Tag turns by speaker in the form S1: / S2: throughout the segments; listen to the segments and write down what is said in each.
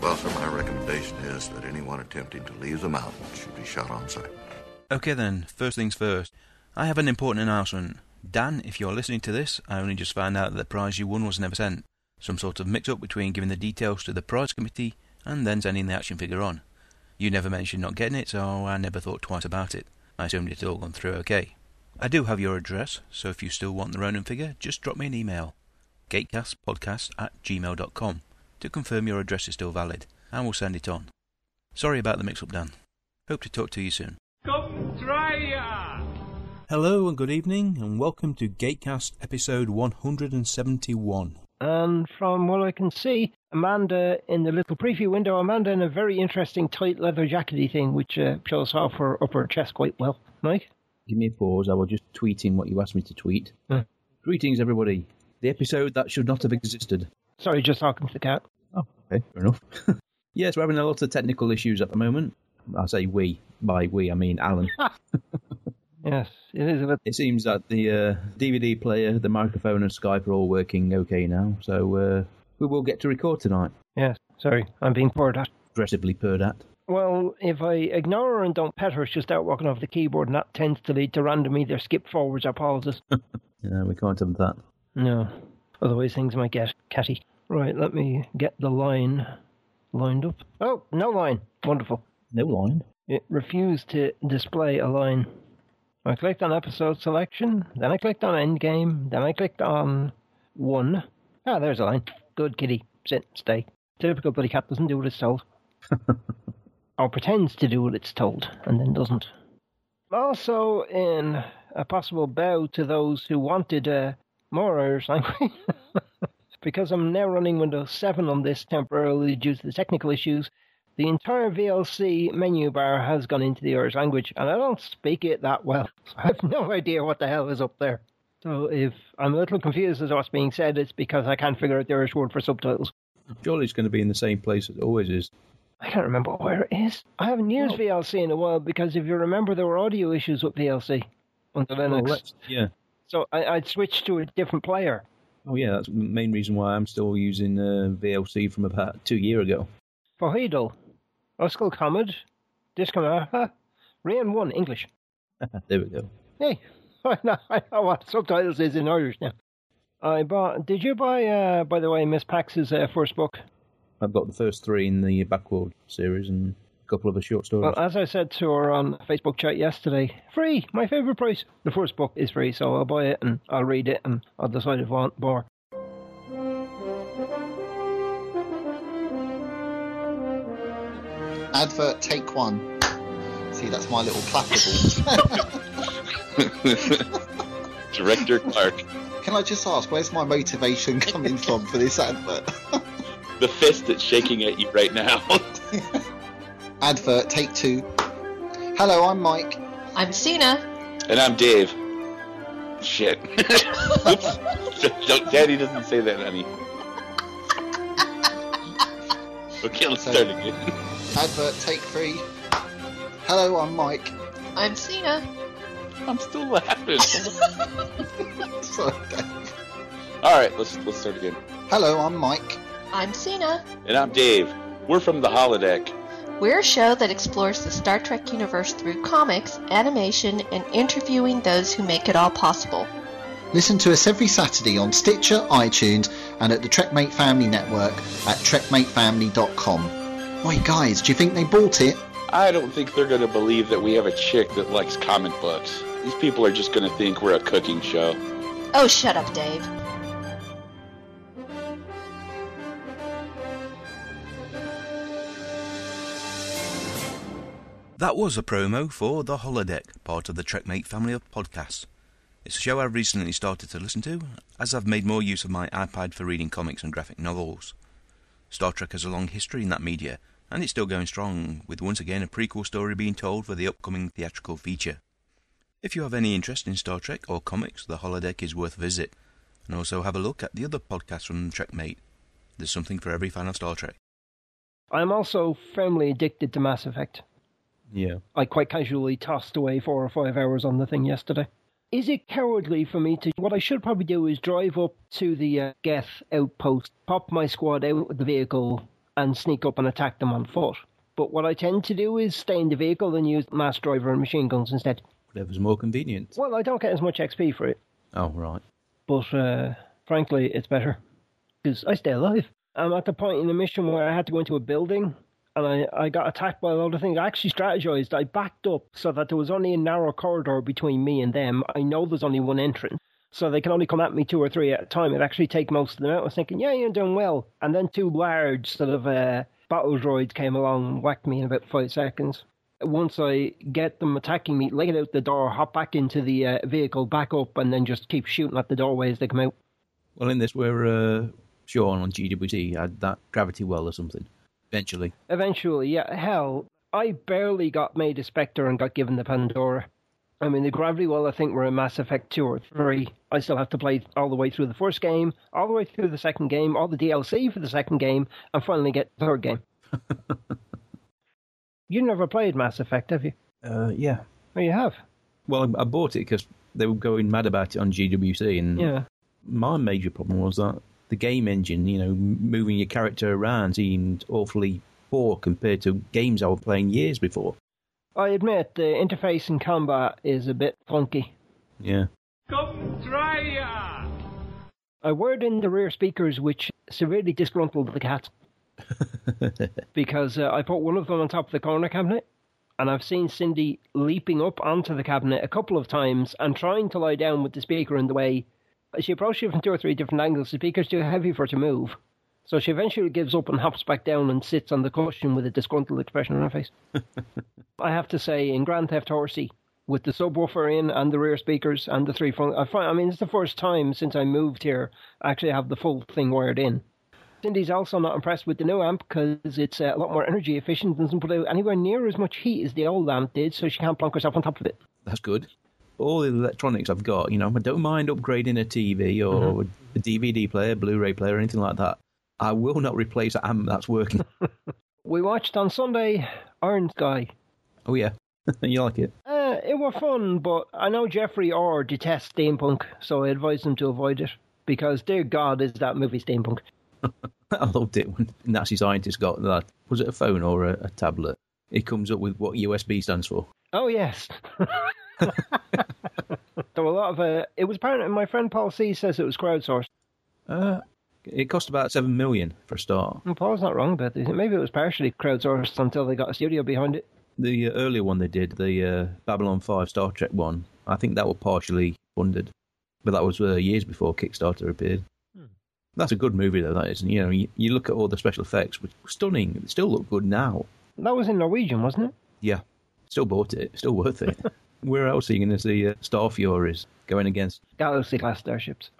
S1: Well, sir, my recommendation is that anyone attempting to leave the mountain should be shot on sight.
S2: Okay then, first things first. I have an important announcement. Dan, if you're listening to this, I only just found out that the prize you won was never sent. Some sort of mix up between giving the details to the prize committee and then sending the action figure on. You never mentioned not getting it, so I never thought twice about it. I assumed it had all gone through okay. I do have your address, so if you still want the Ronin figure, just drop me an email. gatecastpodcast at gmail.com to confirm your address is still valid, and we'll send it on. Sorry about the mix up, Dan. Hope to talk to you soon.
S3: Come try ya!
S2: Hello and good evening, and welcome to Gatecast episode 171.
S4: And from what I can see, Amanda in the little preview window, Amanda in a very interesting tight leather jackety thing, which uh, shows off her upper chest quite well. Mike?
S5: Give me a pause. I will just tweet in what you asked me to tweet.
S4: Huh.
S5: Greetings, everybody. The episode that should not have existed.
S4: Sorry, just talking to the cat.
S5: Oh, okay, fair enough. yes, we're having a lot of technical issues at the moment. I say we. By we, I mean Alan.
S4: Yes, it is a bit.
S5: it seems that the uh, DVD player, the microphone, and Skype are all working okay now, so uh, we will get to record tonight.
S4: Yes, sorry, I'm being poured at.
S5: Aggressively purred at.
S4: Well, if I ignore her and don't pet her, she'll start walking off the keyboard, and that tends to lead to random either skip forwards or pauses.
S5: Yeah, we can't have that.
S4: no, otherwise things might get catty. Right, let me get the line lined up. Oh, no line. Wonderful.
S5: No line.
S4: It refused to display a line. I clicked on episode selection, then I clicked on endgame, then I clicked on one. Ah, there's a line. Good kitty. Sit, stay. Typical bloody cat doesn't do what it's told. or pretends to do what it's told and then doesn't. Also, in a possible bow to those who wanted uh, more Irish language, because I'm now running Windows 7 on this temporarily due to the technical issues, the entire VLC menu bar has gone into the Irish language, and I don't speak it that well. So I have no idea what the hell is up there. So if I'm a little confused as to what's being said, it's because I can't figure out the Irish word for subtitles.
S5: Surely it's going to be in the same place it always is.
S4: I can't remember where it is. I haven't used VLC in a while because if you remember, there were audio issues with VLC under
S5: Well,
S4: Linux.
S5: Oh, let's- yeah.
S4: so I, I'd switched to a different player.
S5: Oh, yeah, that's the main reason why I'm still using uh, VLC from about two year ago.
S4: Fahidal, Oscar Comet, Discamaha, Rain 1, English.
S5: there we go.
S4: Hey, I know, I know what subtitles is in Irish now. I bought. Did you buy, uh, by the way, Miss Pax's uh, first book?
S5: I've got the first three in the Backworld series and a couple of the short stories.
S4: Well, as I said to her on Facebook chat yesterday, free, my favourite price. The first book is free, so I'll buy it and I'll read it and I'll decide if I want more.
S6: Advert take one. See, that's my little placable.
S7: Director Clark,
S6: Can I just ask, where's my motivation coming from for this advert?
S7: the fist that's shaking at you right now.
S6: advert take two. Hello, I'm Mike.
S8: I'm Cena.
S7: and I'm Dave. Shit. Oops. Don't- Daddy doesn't say that, honey. Okay, let's start again.
S6: Advert take three. Hello, I'm Mike.
S8: I'm Cena.
S7: I'm still laughing.
S6: Sorry, Dave.
S7: All right, let's let's start again.
S6: Hello, I'm Mike.
S8: I'm Cena.
S7: And I'm Dave. We're from the holodeck.
S8: We're a show that explores the Star Trek universe through comics, animation, and interviewing those who make it all possible.
S6: Listen to us every Saturday on Stitcher, iTunes, and at the Trekmate Family Network at trekmatefamily.com. Wait, guys, do you think they bought it?
S7: I don't think they're gonna believe that we have a chick that likes comic books. These people are just gonna think we're a cooking show.
S8: Oh, shut up, Dave.
S2: That was a promo for The Holodeck, part of the Trekmate family of podcasts. It's a show I've recently started to listen to, as I've made more use of my iPad for reading comics and graphic novels. Star Trek has a long history in that media, and it's still going strong, with once again a prequel story being told for the upcoming theatrical feature. If you have any interest in Star Trek or comics, the holodeck is worth a visit, and also have a look at the other podcasts from Trekmate. There's something for every fan of Star Trek.
S4: I'm also firmly addicted to Mass Effect.
S5: Yeah.
S4: I quite casually tossed away four or five hours on the thing yesterday. Is it cowardly for me to? What I should probably do is drive up to the uh, Geth outpost, pop my squad out of the vehicle, and sneak up and attack them on foot. But what I tend to do is stay in the vehicle and use mass driver and machine guns instead.
S5: Whatever's more convenient.
S4: Well, I don't get as much XP for it,
S5: Oh, right.
S4: but uh, frankly, it's better because I stay alive. I'm at the point in the mission where I had to go into a building and I, I got attacked by a lot of things. I actually strategized. I backed up so that there was only a narrow corridor between me and them. I know there's only one entrance. So they can only come at me two or three at a time. It actually take most of them out. I was thinking, yeah, you're doing well. And then two large sort of uh, battle droids came along and whacked me in about five seconds. Once I get them attacking me, lay it out the door, hop back into the uh, vehicle, back up, and then just keep shooting at the doorway as they come out.
S5: Well, in this, we're uh, Sean on GWT had that gravity well or something. Eventually.
S4: Eventually, yeah. Hell, I barely got made a Spectre and got given the Pandora. I mean, the Gravity Well, I think, were in Mass Effect 2 or 3. I still have to play all the way through the first game, all the way through the second game, all the DLC for the second game, and finally get the third game. you never played Mass Effect, have you?
S5: Uh, yeah.
S4: Well, you have.
S5: Well, I I bought it because they were going mad about it on GWC, and
S4: Yeah.
S5: my major problem was that the game engine, you know, m- moving your character around seemed awfully poor compared to games I was playing years before.
S4: I admit, the interface in combat is a bit funky.
S5: Yeah.
S3: Contraia!
S4: I word in the rear speakers, which severely disgruntled the cat. because uh, I put one of them on top of the corner cabinet, and I've seen Cindy leaping up onto the cabinet a couple of times and trying to lie down with the speaker in the way. She approached it from two or three different angles. The speaker's too heavy for her to move. So she eventually gives up and hops back down and sits on the cushion with a disgruntled expression on her face. I have to say, in Grand Theft Horsey, with the subwoofer in and the rear speakers and the three phone, I find, I mean, it's the first time since I moved here I actually have the full thing wired in. Cindy's also not impressed with the new amp because it's uh, a lot more energy efficient and doesn't put out anywhere near as much heat as the old amp did, so she can't plonk herself on top of it.
S5: That's good. All the electronics I've got, you know, I don't mind upgrading a TV or a DVD player, Blu-ray player, or anything like that. I will not replace an amp that's working.
S4: We watched on Sunday Iron Sky.
S5: oh yeah, you like it?
S4: Uh, it were fun, but I know Jeffrey Orr detests steampunk, so I advise him to avoid it because, dear God, is that movie steampunk.
S5: I loved it when Nazi scientists got that. Was it a phone or a, a tablet? It comes up with what USB stands for.
S4: Oh yes. there were a lot of uh, it was apparent. My friend Paul C says it was crowdsourced.
S5: Uh, it cost about seven million for a start.
S4: And Paul's not wrong about this. Maybe it was partially crowdsourced until they got a studio behind it.
S5: The uh, earlier one they did, the uh, Babylon Five Star Trek one, I think that was partially funded, but that was uh, years before Kickstarter appeared.
S4: Hmm.
S5: That's a good movie though. That is, and, you know, you, you look at all the special effects, which were stunning. It still look good now.
S4: That was in Norwegian, wasn't it?
S5: Yeah, still bought it. Still worth it. Where else are you going to see uh, Star Furies going against?
S4: Galaxy class starships.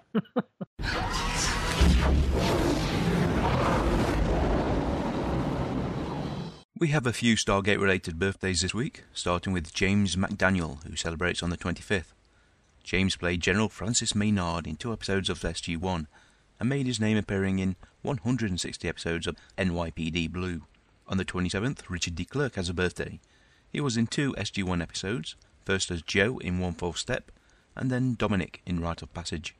S2: We have a few Stargate related birthdays this week, starting with James McDaniel, who celebrates on the 25th. James played General Francis Maynard in two episodes of SG 1 and made his name appearing in 160 episodes of NYPD Blue. On the 27th, Richard D. Clerk has a birthday. He was in two SG 1 episodes, first as Joe in One False Step, and then Dominic in Rite of Passage.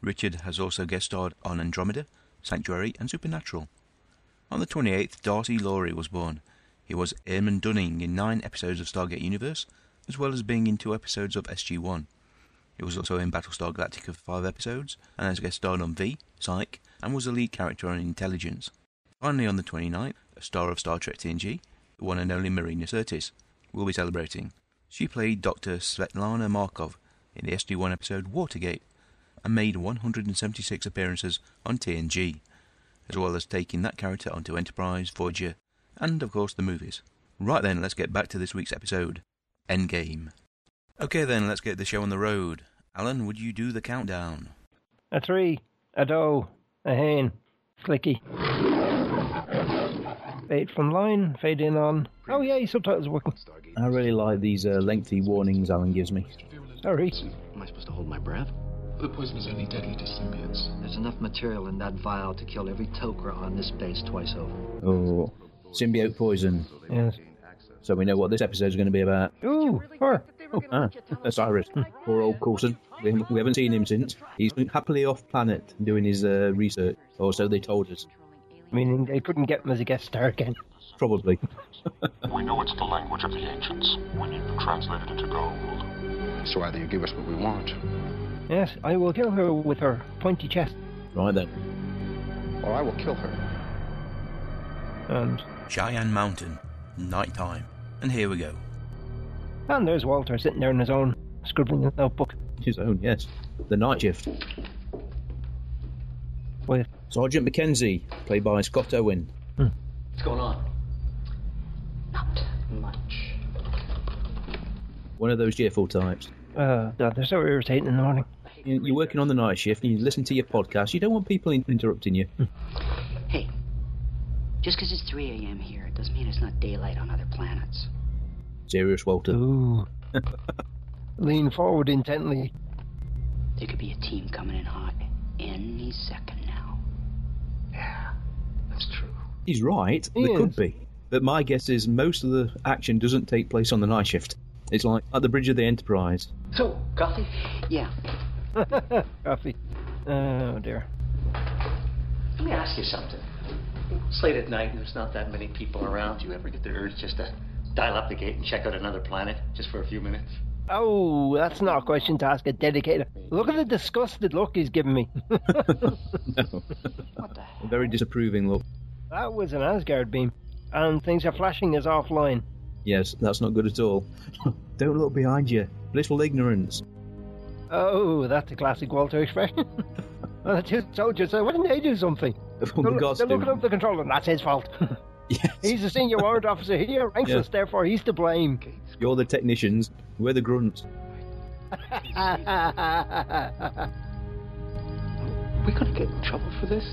S2: Richard has also guest starred on Andromeda, Sanctuary, and Supernatural. On the 28th, Darcy Laurie was born. He was Eamon Dunning in nine episodes of Stargate Universe, as well as being in two episodes of SG-1. He was also in Battlestar Galactica for five episodes, and has guest starred on V, Psych, and was a lead character on Intelligence. Finally, on the 29th, a star of Star Trek TNG, the one and only Marina Sirtis, will be celebrating. She played Dr. Svetlana Markov in the SG-1 episode Watergate, and made 176 appearances on TNG as well as taking that character onto Enterprise, Voyager, and of course the movies. Right then, let's get back to this week's episode Endgame. Okay then, let's get the show on the road. Alan, would you do the countdown?
S4: A three, a doe, a hen, clicky. Fade from line, fade in on. Oh, yeah, your subtitles are working.
S5: I really like these uh, lengthy warnings Alan gives me.
S4: Sorry.
S9: Am I supposed to hold my breath?
S10: The poison is only deadly to symbiotes.
S9: There's enough material in that vial to kill every Tokra on this base twice over.
S5: Oh, symbiote poison.
S4: Yes.
S5: So we know what this episode is going to be about.
S4: Ooh, her.
S5: Oh, ah, that's Iris. Poor old Coulson. We haven't, we haven't seen him since. He's been happily off planet doing his uh, research, or so they told us.
S4: Meaning they couldn't get him as a guest star again.
S5: Probably.
S11: we know it's the language of the ancients. We need to translate it into gold.
S12: So either you give us what we want.
S4: Yes, I will kill her with her pointy chest.
S5: Right then.
S12: Or I will kill her.
S4: And.
S2: Cheyenne Mountain, night time. And here we go.
S4: And there's Walter sitting there in his own, scribbling in his notebook.
S5: His own, yes. The night shift. Oh,
S4: With
S5: Sergeant McKenzie, played by Scott Owen.
S9: Hmm. What's going on?
S10: Not much.
S5: One of those cheerful types.
S4: Uh, God, they're so irritating in the morning.
S5: You're working on the night shift and you listen to your podcast. You don't want people interrupting you.
S10: Hey, just because it's 3 a.m. here, it doesn't mean it's not daylight on other planets.
S5: Serious Walter.
S4: Ooh. Lean forward intently.
S10: There could be a team coming in hot any second now.
S12: Yeah, that's true.
S5: He's right. He there is. could be. But my guess is most of the action doesn't take place on the night shift. It's like at the bridge of the Enterprise.
S10: So, coffee? Yeah.
S4: coffee. Oh, dear.
S9: Let me ask you something. It's late at night and there's not that many people around. Do you ever get the urge just to dial up the gate and check out another planet just for a few minutes?
S4: Oh, that's not a question to ask a dedicated. Look at the disgusted look he's giving me. no.
S5: What the hell? A very disapproving look.
S4: That was an Asgard beam. And things are flashing us offline.
S5: Yes, that's not good at all. Don't look behind you. Blissful ignorance.
S4: Oh, that's a classic Walter expression. I just told you so. uh, Why didn't they do something?
S5: Oh,
S4: they're,
S5: the
S4: they're looking up the controller, and that's his fault.
S5: Yes.
S4: He's the senior warrant officer here, ranks yeah. us, therefore he's to blame.
S5: You're the technicians, we're the grunts.
S9: we could get in trouble for this.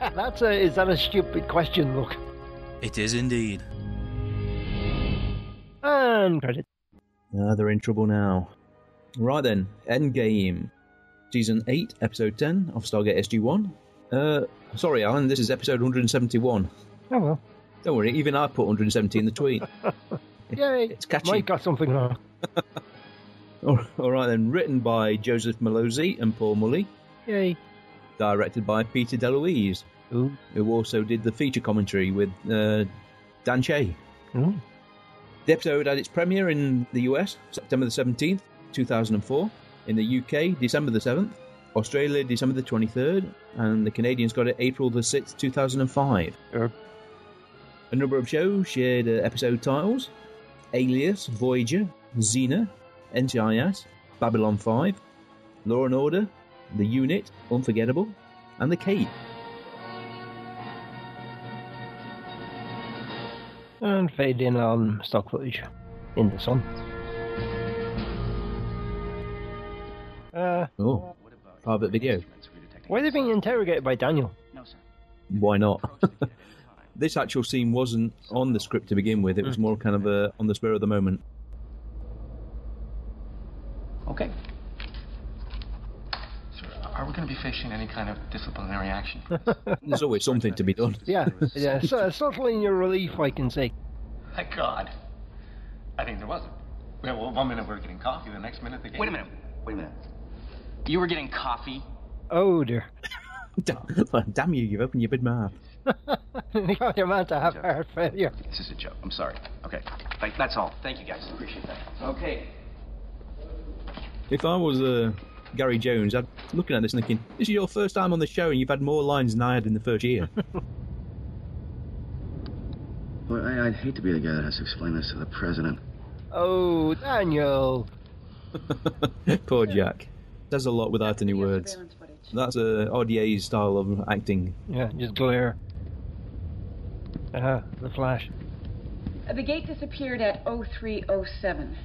S4: That's a, is that a stupid question, look?
S2: It is indeed.
S4: And credit.
S5: Ah, they're in trouble now. Right then, Endgame. Season 8, Episode 10 of Stargate SG-1. Uh, sorry, Alan, this is episode 171.
S4: Oh, well.
S5: Don't worry, even I put 170 in the tweet.
S4: Yay!
S5: It's catchy.
S4: Mike got something wrong.
S5: all right then, written by Joseph Malozzi and Paul Mully.
S4: Yay.
S5: Directed by Peter DeLuise,
S4: Ooh.
S5: who also did the feature commentary with uh, Dan Shea.
S4: Ooh.
S5: Mm. The episode had its premiere in the US, September the 17th, 2004. In the UK, December the 7th. Australia, December the 23rd, and the Canadians got it April the 6th, 2005.
S4: Sure.
S5: A number of shows shared uh, episode titles Alias, Voyager, Xena, NCIS, Babylon 5, Law and Order, The Unit, Unforgettable, and The Cape.
S4: And fade in on stock footage in the sun. Uh,
S5: oh private video.
S4: Why are they being interrogated by Daniel?
S10: No, sir.
S5: Why not? this actual scene wasn't on the script to begin with. It was more kind of a, on the spur of the moment.
S10: Okay.
S13: Sir, are we going to be facing any kind of disciplinary action?
S5: There's always something to be done.
S4: yeah, yeah. So, subtly in your relief, I can see.
S13: Thank God. I think there wasn't. Well, one minute we're getting coffee, the next minute the game.
S10: Wait a minute. Wait a minute. You were getting coffee.
S4: Oh dear.
S5: Damn you, you've opened your big mouth.
S4: You're meant to have heart failure.
S10: This is a joke. I'm sorry. Okay. Thank, that's all. Thank you guys. Appreciate that. Okay.
S5: If I was uh, Gary Jones, I'd looking at this thinking, this is your first time on the show and you've had more lines than I had in the first year.
S12: well, I, would hate to be the guy that has to explain this to the president.
S4: Oh, Daniel.
S5: Poor Jack does a lot without any words. That's a RDA's style of acting.
S4: Yeah, just glare. Ah, the flash.
S14: The gate disappeared at 0307.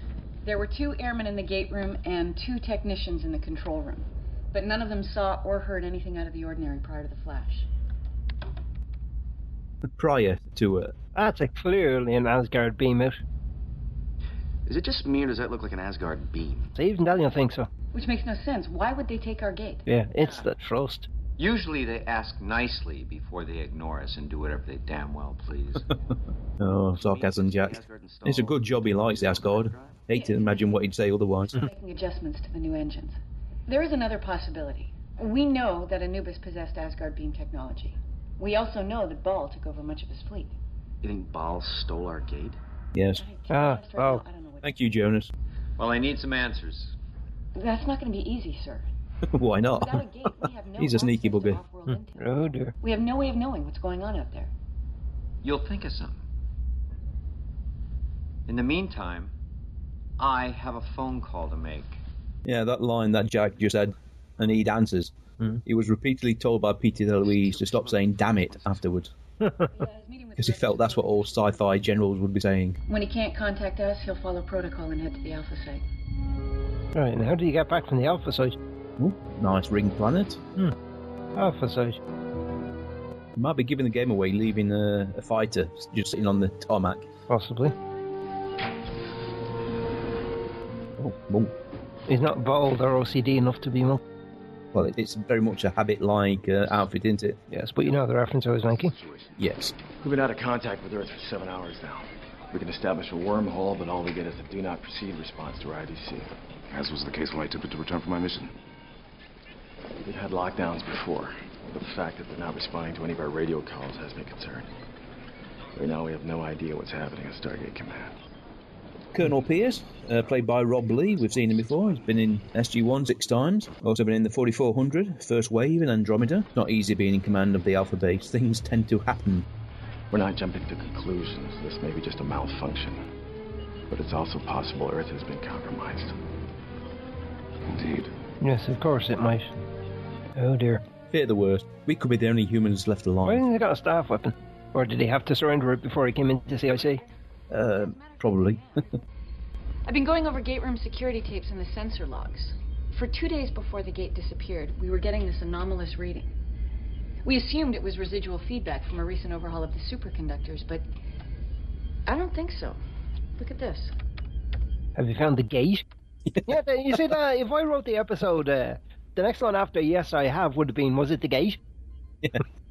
S14: There were two airmen in the gate room and two technicians in the control room, but none of them saw or heard anything out of the ordinary prior to the flash.
S5: prior to uh, it.
S4: That's a clearly an Asgard beam out.
S12: Is it just me or does that look like an Asgard beam?
S4: See, even Daniel thinks so.
S14: Which makes no sense. Why would they take our gate?
S4: Yeah, it's the trust.
S15: Usually they ask nicely before they ignore us and do whatever they damn well please.
S5: Oh, sarcasm, Jack. It's a good job he likes the Asgard. Hate to imagine what he'd say otherwise.
S14: Making adjustments to the new engines. There is another possibility. We know that Anubis possessed Asgard beam technology. We also know that Baal took over much of his fleet.
S12: You think Baal stole our gate?
S5: Yes.
S4: Ah,
S5: oh. Thank you, Jonas.
S15: Well, I need some answers.
S14: That's not going to be easy, sir.
S5: Why
S14: Without a
S5: not?
S14: gate, we have no
S5: He's a sneaky
S14: access to
S5: bugger.
S14: off-world intel.
S4: Oh dear.
S14: We have no way of knowing what's going on out there.
S15: You'll think of something. In the meantime, I have a phone call to make.
S5: Yeah, that line that Jack just said, and he'd answers.
S4: Hmm.
S5: He was repeatedly told by Peter DeLuise to stop saying damn it afterwards. Because he felt that's what all sci fi generals would be saying.
S14: When he can't contact us, he'll follow protocol and head to the Alpha site.
S4: Right, and how do you get back from the Alpha site?
S5: Nice ring planet.
S4: Alpha site.
S5: Might be giving the game away, leaving a, a fighter just sitting on the tarmac.
S4: Possibly.
S5: Oh, well,
S4: He's not bald or OCD enough to be monk.
S5: well, it- it's very much a habit like uh, outfit, isn't it?
S4: Yes, but you know the reference I was making.
S5: Yes.
S12: We've been out of contact with Earth for seven hours now. We can establish a wormhole, but all we get is a do not proceed response to our IDC. As was the case when I attempted to return from my mission. We've had lockdowns before, but the fact that they're not responding to any of our radio calls has me concerned. Right now, we have no idea what's happening at Stargate Command.
S5: Colonel Pierce, uh, played by Rob Lee. We've seen him before. He's been in SG-1 six times. Also been in the 4400, First Wave, and Andromeda. Not easy being in command of the Alpha Base. Things tend to happen.
S12: We're not jumping to conclusions. This may be just a malfunction, but it's also possible Earth has been compromised. Indeed.
S4: Yes, of course it might. Oh dear.
S5: Fear the worst. We could be the only humans left
S4: Why
S5: alive.
S4: didn't they got a staff weapon? Or did he have to surrender it before he came into CIC?
S5: Uh, probably.
S16: I've been going over gate room security tapes and the sensor logs. For two days before the gate disappeared, we were getting this anomalous reading. We assumed it was residual feedback from a recent overhaul of the superconductors, but I don't think so. Look at this.
S4: Have you found the gate? yeah, th- you see that? If I wrote the episode, uh, the next one after Yes I Have would have been Was It the Gate?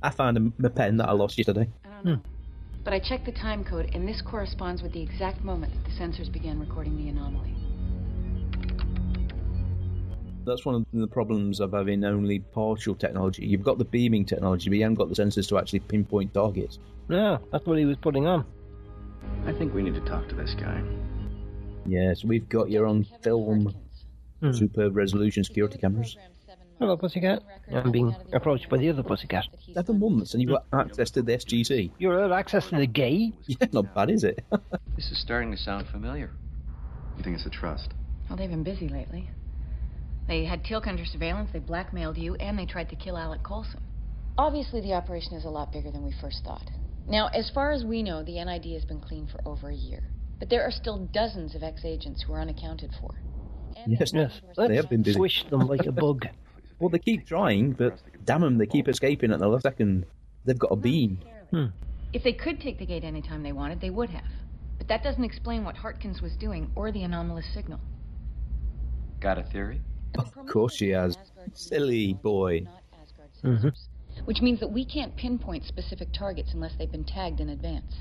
S5: I found a, a pen that I lost yesterday.
S16: But I checked the time code, and this corresponds with the exact moment that the sensors began recording the anomaly.
S5: That's one of the problems of having only partial technology. You've got the beaming technology, but you haven't got the sensors to actually pinpoint targets.
S4: Yeah, that's what he was putting on.
S12: I think we need to talk to this guy.
S5: Yes, we've got your own film. Superb resolution security cameras.
S4: Hello, pussycat. I'm being approached by the other pussycat.
S5: Seven months, and you've got access to the SGC.
S4: You're allowed access to the gate?
S5: Yeah, not bad, is it?
S15: This is starting to sound familiar.
S12: You think it's a trust?
S16: Well, they've been busy lately. They had Tilk under surveillance, they blackmailed you, and they tried to kill Alec Coulson. Obviously, the operation is a lot bigger than we first thought. Now, as far as we know, the NID has been clean for over a year. But there are still dozens of ex agents who are unaccounted for.
S5: yes,
S4: yes.
S5: They have been busy.
S4: Swish them like a bug.
S5: Well, they keep trying, but damn them, they keep escaping at the last second. They've got a beam.
S16: If they could take the gate anytime they wanted, they would have. But that doesn't explain what Hartkins was doing or the anomalous signal.
S15: Got a theory?
S5: Of course she has. Silly boy.
S16: Which means that we can't pinpoint specific targets unless they've been tagged in advance.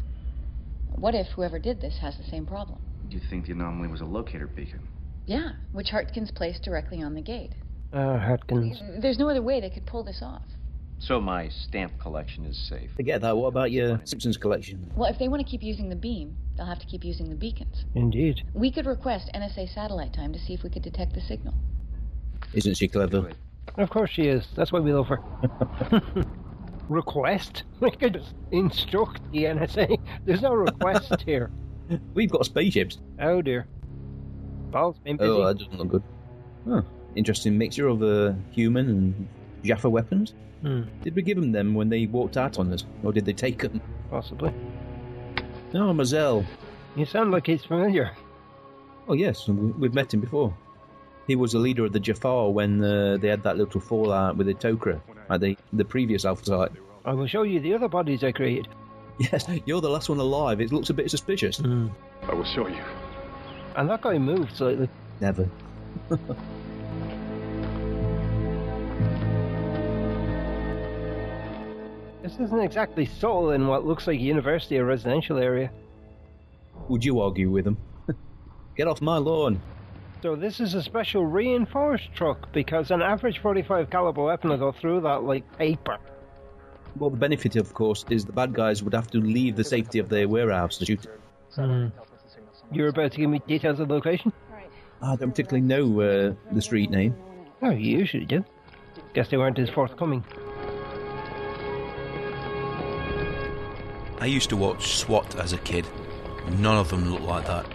S16: What if whoever did this has the same problem?
S12: You think the anomaly was a locator beacon?
S16: Yeah, which Hartkins placed directly on the gate.
S5: Uh,
S4: Ah, Hartkins.
S16: There's no other way they could pull this off.
S15: So my stamp collection is safe.
S5: Forget that. What about your Simpsons collection?
S16: Well, if they want to keep using the beam, they'll have to keep using the beacons.
S4: Indeed.
S16: We could request NSA satellite time to see if we could detect the signal.
S5: Isn't she clever?
S4: Of course she is. That's why we love her. request? We could just instruct the NSA. There's no request here.
S5: We've got spaceships.
S4: Oh dear. Paul's been busy.
S5: Oh, that doesn't look good. Huh. Interesting mixture of uh, human and Jaffa weapons.
S4: Hmm,
S5: Did we give them them when they walked out on us, or did they take them?
S4: possibly.
S5: No, Mazel.
S4: You sound like he's familiar.
S5: Oh yes, we- we've met him before. He was the leader of the Jafar when uh, they had that little fallout with the Tokra at the the previous Alpha site.
S4: I will show you the other bodies I created.
S5: Yes, you're the last one alive. It looks a bit suspicious.
S4: Hmm.
S12: I will show you.
S4: And that guy moved slightly.
S5: Never.
S4: This isn't exactly subtle in what looks like a university or residential area.
S5: Would you argue with them? Get off my lawn.
S4: So this is a special reinforced truck because an average 45 caliber weapon will go through that like paper.
S5: Well, the benefit, of course, is the bad guys would have to leave the safety of their warehouse to shoot.
S4: You're about to give me details of the location?
S5: I Ah, don't particularly know uh, the street name.
S4: Oh, you usually do. Guess they weren't as forthcoming.
S2: I used to watch SWAT as a kid, and none of them looked like that.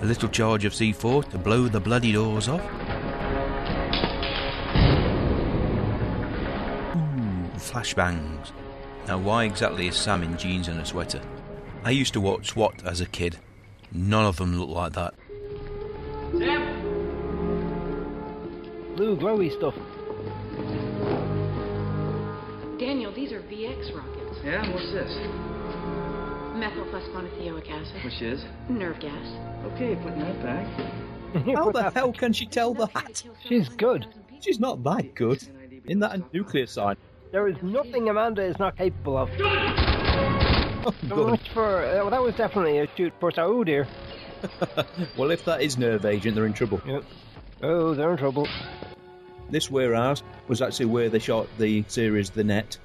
S2: A little charge of C4 to blow the bloody doors off. Ooh, Hmm, flashbangs. Now, why exactly is Sam in jeans and a sweater? I used to watch SWAT as a kid. None of them looked like that.
S4: Blue glowy stuff.
S16: Daniel, these are VX rockets.
S15: Yeah, what's this?
S16: Methyl phosphonethioic acid.
S15: Which is?
S16: Nerve gas.
S15: Okay, putting that back.
S5: How the hell can she tell that?
S4: She's good.
S5: She's not that good. In that nuclear sign.
S4: There is nothing Amanda is not capable of.
S5: Oh,
S4: So
S5: good.
S4: much for uh, well, that was definitely a shoot for oh dear.
S5: Well, if that is nerve agent, they're in trouble.
S4: Oh, they're in trouble.
S5: This warehouse was actually where they shot the series The Net.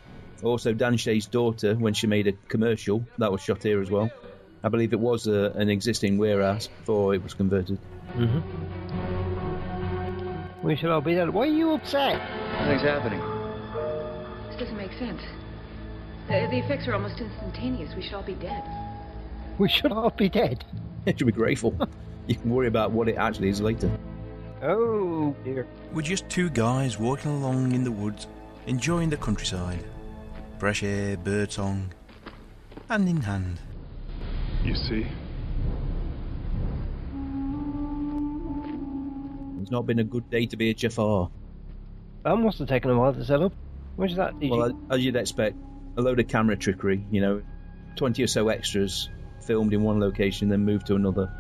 S5: Also, Dan Shea's daughter, when she made a commercial, that was shot here as well. I believe it was uh, an existing warehouse before it was converted.
S4: Mm-hmm. We should all be there. Why are you upset?
S15: Nothing's happening.
S16: This doesn't make sense. The, the effects are almost instantaneous. We should all be dead.
S4: We should all be dead.
S5: You should be grateful. you can worry about what it actually is later.
S4: Oh dear.
S2: We're just two guys walking along in the woods, enjoying the countryside. Fresh air, birdsong, hand in hand.
S12: You see?
S5: It's not been a good day to be at Jafar.
S4: That must have taken a while to set up. Which is that? Did
S5: Well,
S4: you...
S5: as you'd expect, a load of camera trickery, you know, 20 or so extras filmed in one location, then moved to another.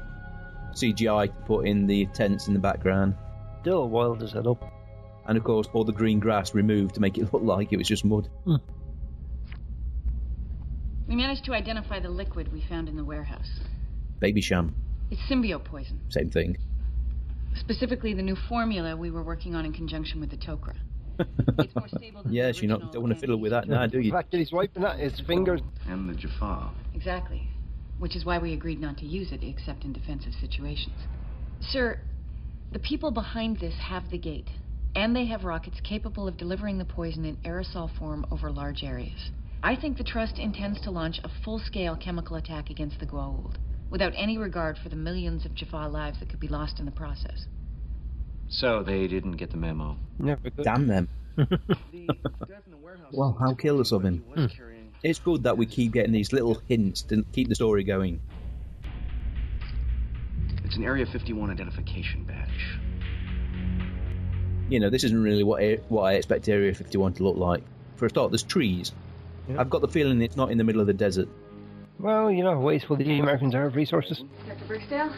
S5: CGI to put in the tents in the background.
S4: Still a while to set up.
S5: And of course, all the green grass removed to make it look like it was just mud.
S16: We managed to identify the liquid we found in the warehouse.
S5: Baby sham,
S16: It's symbiote poison,
S5: same thing.
S16: specifically the new formula we were working on in conjunction with the Tokra.
S5: Yes, you not, don't want to fiddle with that now, do
S4: The
S5: you?
S4: fact that he's wiping at his fingers.
S15: And the Jafar.
S16: Exactly. Which is why we agreed not to use it except in defensive situations. Sir, the people behind this have the gate, and they have rockets capable of delivering the poison in aerosol form over large areas. I think the Trust intends to launch a full scale chemical attack against the Goa'uld, without any regard for the millions of Jaffa lives that could be lost in the process.
S15: So they didn't get the memo.
S4: Never good.
S5: Damn them. well, how careless of him. It's good that we keep getting these little hints to keep the story going.
S15: It's an Area 51 identification badge.
S5: you know, this isn't really what I, what I expect Area 51 to look like. For a start, there's trees. I've got the feeling it's not in the middle of the desert.
S4: Well, you know how wasteful the Americans are of resources.
S16: Dr. Brigsdale,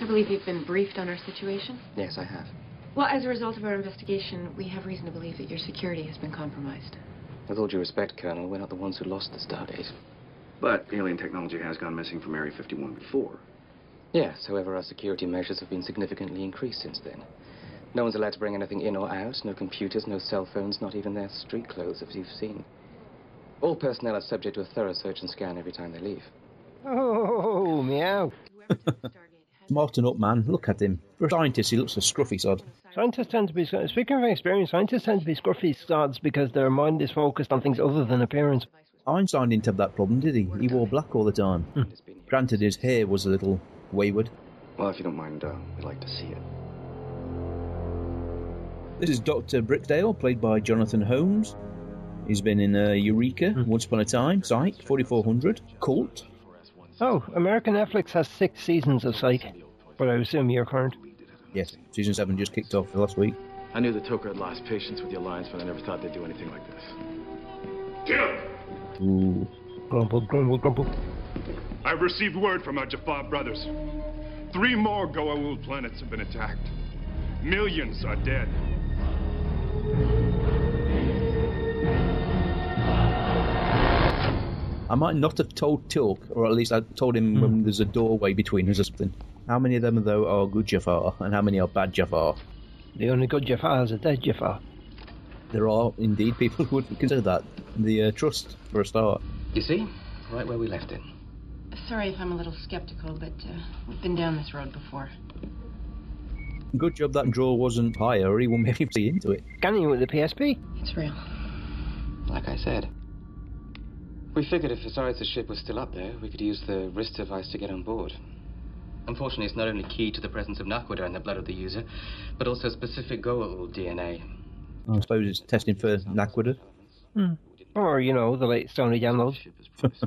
S16: I believe you've been briefed on our situation.
S15: Yes, I have.
S16: Well, as a result of our investigation, we have reason to believe that your security has been compromised.
S15: With all due respect, Colonel, we're not the ones who lost the Stardate. But alien technology has gone missing from Area 51 before. Yes, however, our security measures have been significantly increased since then. No one's allowed to bring anything in or out, no computers, no cell phones, not even their street clothes, as you've seen. All personnel are subject to a thorough search and scan every time they leave.
S4: Oh, meow.
S5: Smarten up, man. Look at him. For a scientist, he looks a scruffy sod.
S4: Scientists tend to be, speaking from experience, scientists tend to be scruffy sods because their mind is focused on things other than appearance.
S5: Einstein didn't have that problem, did he? He wore black all the time. Granted, his hair was a little wayward.
S15: Well, if you don't mind, uh, we'd like to see it.
S5: This is Dr. Brickdale, played by Jonathan Holmes. He's been in uh, Eureka, Once Upon a Time, Psych, 4400, Cult.
S4: Oh, American Netflix has six seasons of Psych, but I assume you're current.
S5: Yes, season 7 just kicked off last week.
S12: I knew the Toker had lost patience with the Alliance, but I never thought they'd do anything like this.
S17: Jim,
S4: Ooh. Grumble, grumble, grumble.
S17: I've received word from our Jafar brothers. Three more Goa'uld planets have been attacked. Millions are dead.
S5: I might not have told Tilk, or at least I told him
S4: Hmm.
S5: when there's a doorway between us or something. How many of them, though, are good Jafar, and how many are bad Jafar?
S4: The only good Jafars are dead Jafar.
S5: There are indeed people who would consider that the uh, trust for a start.
S15: You see? Right where we left it.
S16: Sorry if I'm a little skeptical, but uh, we've been down this road before.
S5: Good job that draw wasn't higher, or he wouldn't be able to see into it.
S4: Can you with the PSP?
S16: It's real.
S15: Like I said. We figured if Osiris' ship was still up there, we could use the wrist device to get on board. Unfortunately, it's not only key to the presence of Nakwada in the blood of the user, but also specific Goa'uld DNA.
S5: I suppose it's testing for Nakwada.
S4: Hmm. Or, you know, the latest Sony download.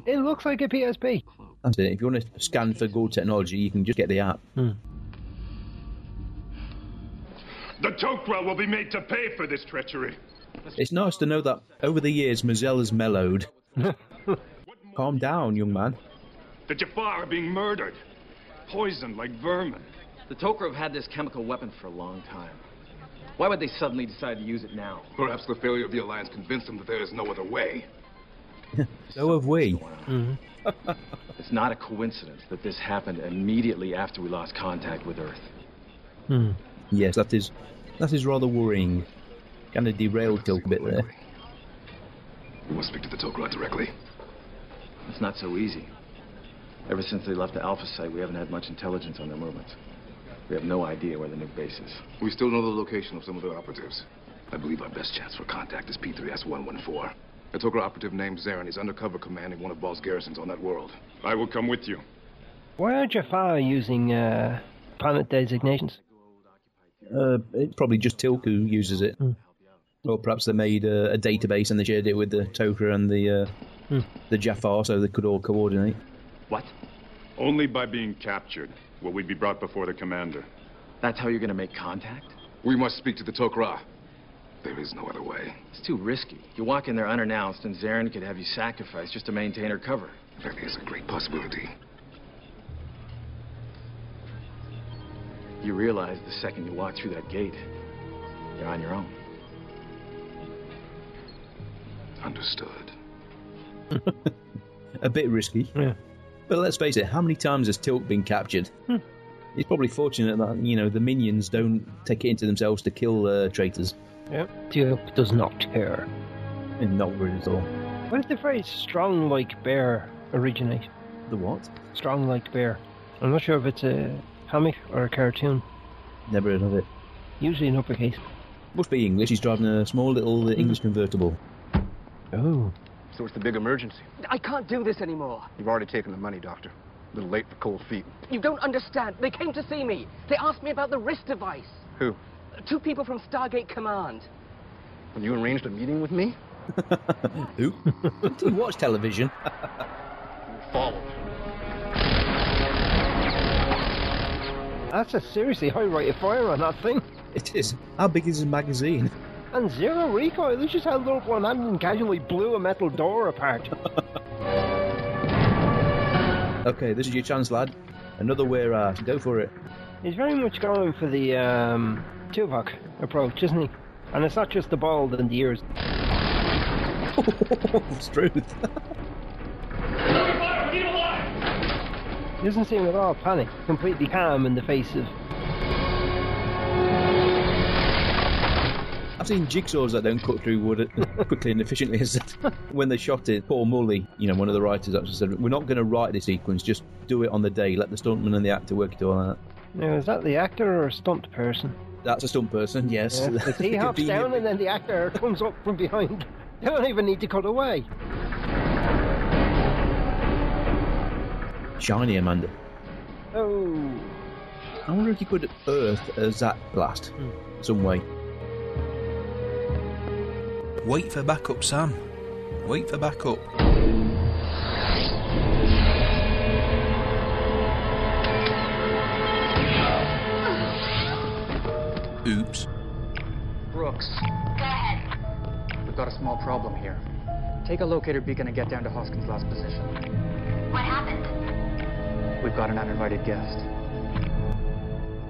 S4: it looks like a PSP.
S5: That's it. If you want to scan for gold technology, you can just get the app.
S4: Hmm.
S17: The Tok'ra will be made to pay for this treachery.
S5: It's nice to know that over the years, Mozelle has mellowed. Calm down, young man.
S17: The Jafar are being murdered, poisoned like vermin.
S18: The Tok'ra have had this chemical weapon for a long time. Why would they suddenly decide to use it now?
S11: Perhaps the failure of the Alliance convinced them that there is no other way.
S5: So have we.
S12: It's not a coincidence that this happened immediately after we lost contact with Earth.
S5: Hmm. Yes, that is that is rather worrying. Kind of derailed Tilk a bit there.
S12: We must speak to the Tok'ra directly. It's not so easy. Ever since they left the Alpha site, we haven't had much intelligence on their movements. We have no idea where the new base is.
S11: We still know the location of some of their operatives. I believe our best chance for contact is P3S-114. A Tok'ra operative named Zarin is undercover commanding one of Ball's garrisons on that world. I will come with you.
S4: Why are Jafar using uh, planet designations?
S5: Uh, it's probably just Tilk who uses it. Or perhaps they made uh, a database and they shared it with the Tokra and the uh, the Jafar so they could all coordinate.
S12: What?
S17: Only by being captured will we be brought before the commander.
S12: That's how you're going to make contact?
S11: We must speak to the Tok'ra. There is no other way.
S12: It's too risky. You walk in there unannounced, and Zarin could have you sacrificed just to maintain her cover.
S11: That is a great possibility.
S12: You realize the second you walk through that gate, you're on your own.
S11: Understood.
S5: A bit risky.
S4: Yeah.
S5: But let's face it, how many times has Tilk been captured?
S4: Hmm.
S5: He's probably fortunate that, you know, the minions don't take it into themselves to kill uh, traitors.
S4: Yep. Tilk does not care.
S5: And not really at all.
S4: Where did the phrase strong like bear originate?
S5: The what?
S4: Strong like bear. I'm not sure if it's a comic or a cartoon.
S5: Never heard of it.
S4: Usually in uppercase.
S5: Must be English. He's driving a small little
S4: Hmm.
S5: uh, English convertible.
S4: Oh.
S19: So it's the big emergency.
S20: I can't do this anymore.
S19: You've already taken the money, Doctor. A little late for cold feet.
S20: You don't understand. They came to see me. They asked me about the wrist device.
S19: Who?
S20: Two people from Stargate Command.
S19: When you arranged a meeting with me?
S5: Who? Do you watch television?
S19: Follow.
S4: That's a seriously high rate of fire on that thing.
S5: It is. How big is his magazine?
S4: And zero recoil. They just held up one hand and casually blew a metal door apart.
S5: Okay, this is your chance, lad. Another wear ass. Go for it.
S4: He's very much going for the um, Tuvok approach, isn't he? And it's not just the bald and the ears.
S5: it's truth.
S4: He doesn't seem at all panicked, completely calm in the face of.
S5: I've seen jigsaws that don't cut through wood quickly and efficiently as that. When they shot it, Paul Mully, you know, one of the writers actually said, We're not going to write this sequence, just do it on the day, let the stuntman and the actor work it all out.
S4: Now, is that the actor or a stunt person?
S5: That's a stunt person, yes.
S4: Yeah, 'cause he hops down and then the actor comes up from behind. They don't even need to cut away.
S5: Shiny, Amanda.
S4: Oh.
S5: I wonder if you could earth a Zap blast some way.
S2: Wait for backup, Sam. Wait for backup. Oops.
S19: Brooks. Go ahead. We've got a small problem here.
S21: Take a locator beacon and get down to Hoskins' last position.
S22: What happened?
S21: We've got an uninvited guest.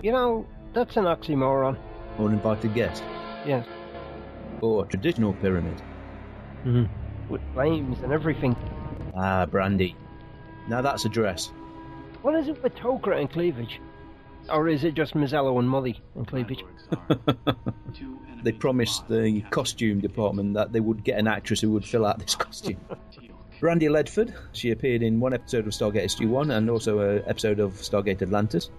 S4: You know, that's an oxymoron.
S5: Uninvited guest.
S4: Yes.
S5: Or a traditional pyramid.
S4: Mm-hmm. With flames and everything.
S5: Ah, brandy. Now that's a dress.
S4: What is it with Toker and cleavage? Or is it just Mazzello and Molly and cleavage?
S5: They promised the costume department that they would get an actress who would fill out this costume. Brandy Ledford. She appeared in one episode of Stargate SG-1 and also an episode of Stargate Atlantis.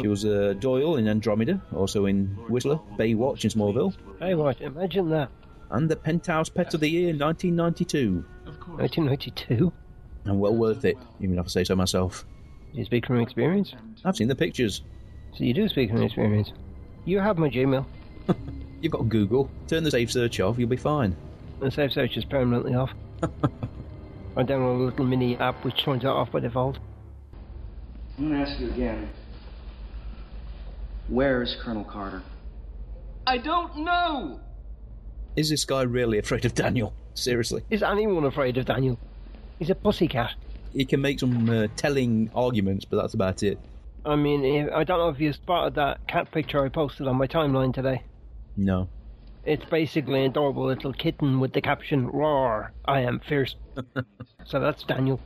S5: She was uh, Doyle in Andromeda, also in Whistler, Baywatch in Smallville,
S4: Baywatch, imagine that.
S5: and the Penthouse Pet of the Year 1992.
S4: 1992?
S5: And well worth it, even if I say so myself.
S4: Do you speak from experience?
S5: I've seen the pictures.
S4: So you do speak from experience. You have my Gmail.
S5: You've got Google. Turn the safe search off, you'll be fine.
S4: The safe search is permanently off. I downloaded a little mini app which turns it off by default.
S15: I'm going to ask you again. Where is Colonel Carter?
S3: I don't know!
S5: Is this guy really afraid of Daniel? Seriously.
S4: Is anyone afraid of Daniel? He's a pussycat.
S5: He can make some uh, telling arguments, but that's about it.
S4: I mean, if- I don't know if you spotted that cat picture I posted on my timeline today.
S5: No.
S4: It's basically an adorable little kitten with the caption, Roar, I am fierce. so that's Daniel.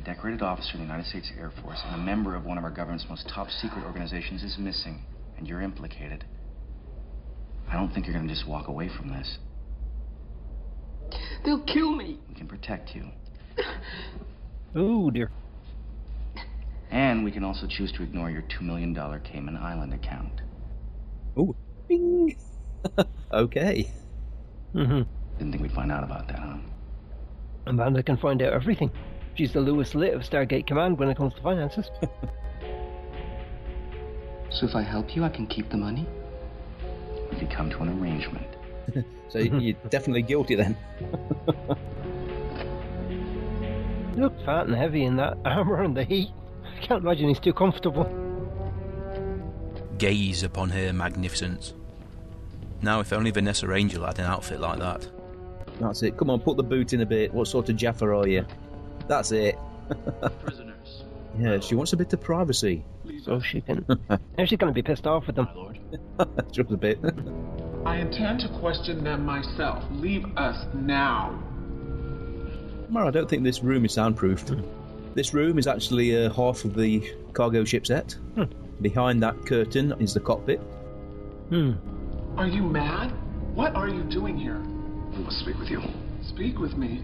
S15: A decorated officer in the United States Air Force and a member of one of our government's most top secret organizations is missing, and you're implicated. I don't think you're going to just walk away from this.
S20: They'll kill me.
S15: We can protect you.
S4: Ooh, dear.
S15: And we can also choose to ignore your $2 million Cayman Island account.
S5: Ooh. Bing. okay.
S4: Mm-hmm.
S15: Didn't think we'd find out about that, huh?
S4: Amanda can find out everything. She's the Lewis Litt of Stargate Command when it comes to finances.
S15: So if I help you, I can keep the money? We can come to an arrangement.
S5: So you're definitely guilty then.
S4: He looked fat and heavy in that armour and the heat. I can't imagine he's too comfortable.
S2: Gaze upon her magnificence. Now, if only Vanessa Angel had an outfit like that.
S5: That's it. Come on, put the boot in a bit. What sort of Jaffa are you? That's it.
S19: Prisoners.
S5: Yeah, she wants a bit of privacy.
S4: So Oh, she can. now she's going to be pissed off with them.
S5: Just a bit.
S23: I intend to question them myself. Leave us now.
S5: Mara, I don't think this room is soundproofed.
S4: Hmm.
S5: This room is actually uh, half of the cargo ship set. Behind that curtain is the cockpit.
S4: Hmm.
S23: Are you mad? What are you doing here?
S11: I must speak with you.
S23: Speak with me.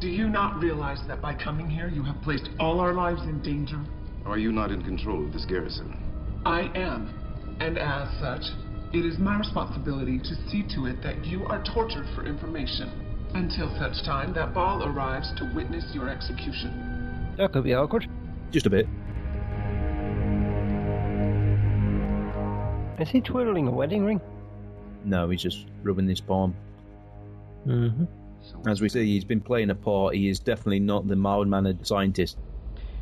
S23: Do you not realize that by coming here you have placed all our lives in danger?
S11: Are you not in control of this garrison?
S23: I am, and as such, it is my responsibility to see to it that you are tortured for information until such time that Ball arrives to witness your execution.
S4: That could be awkward.
S5: Just a bit.
S4: Is he twirling a wedding ring?
S5: No, he's just rubbing his palm.
S4: Mm-hmm.
S5: As we see, he's been playing a part. He is definitely not the mild mannered scientist.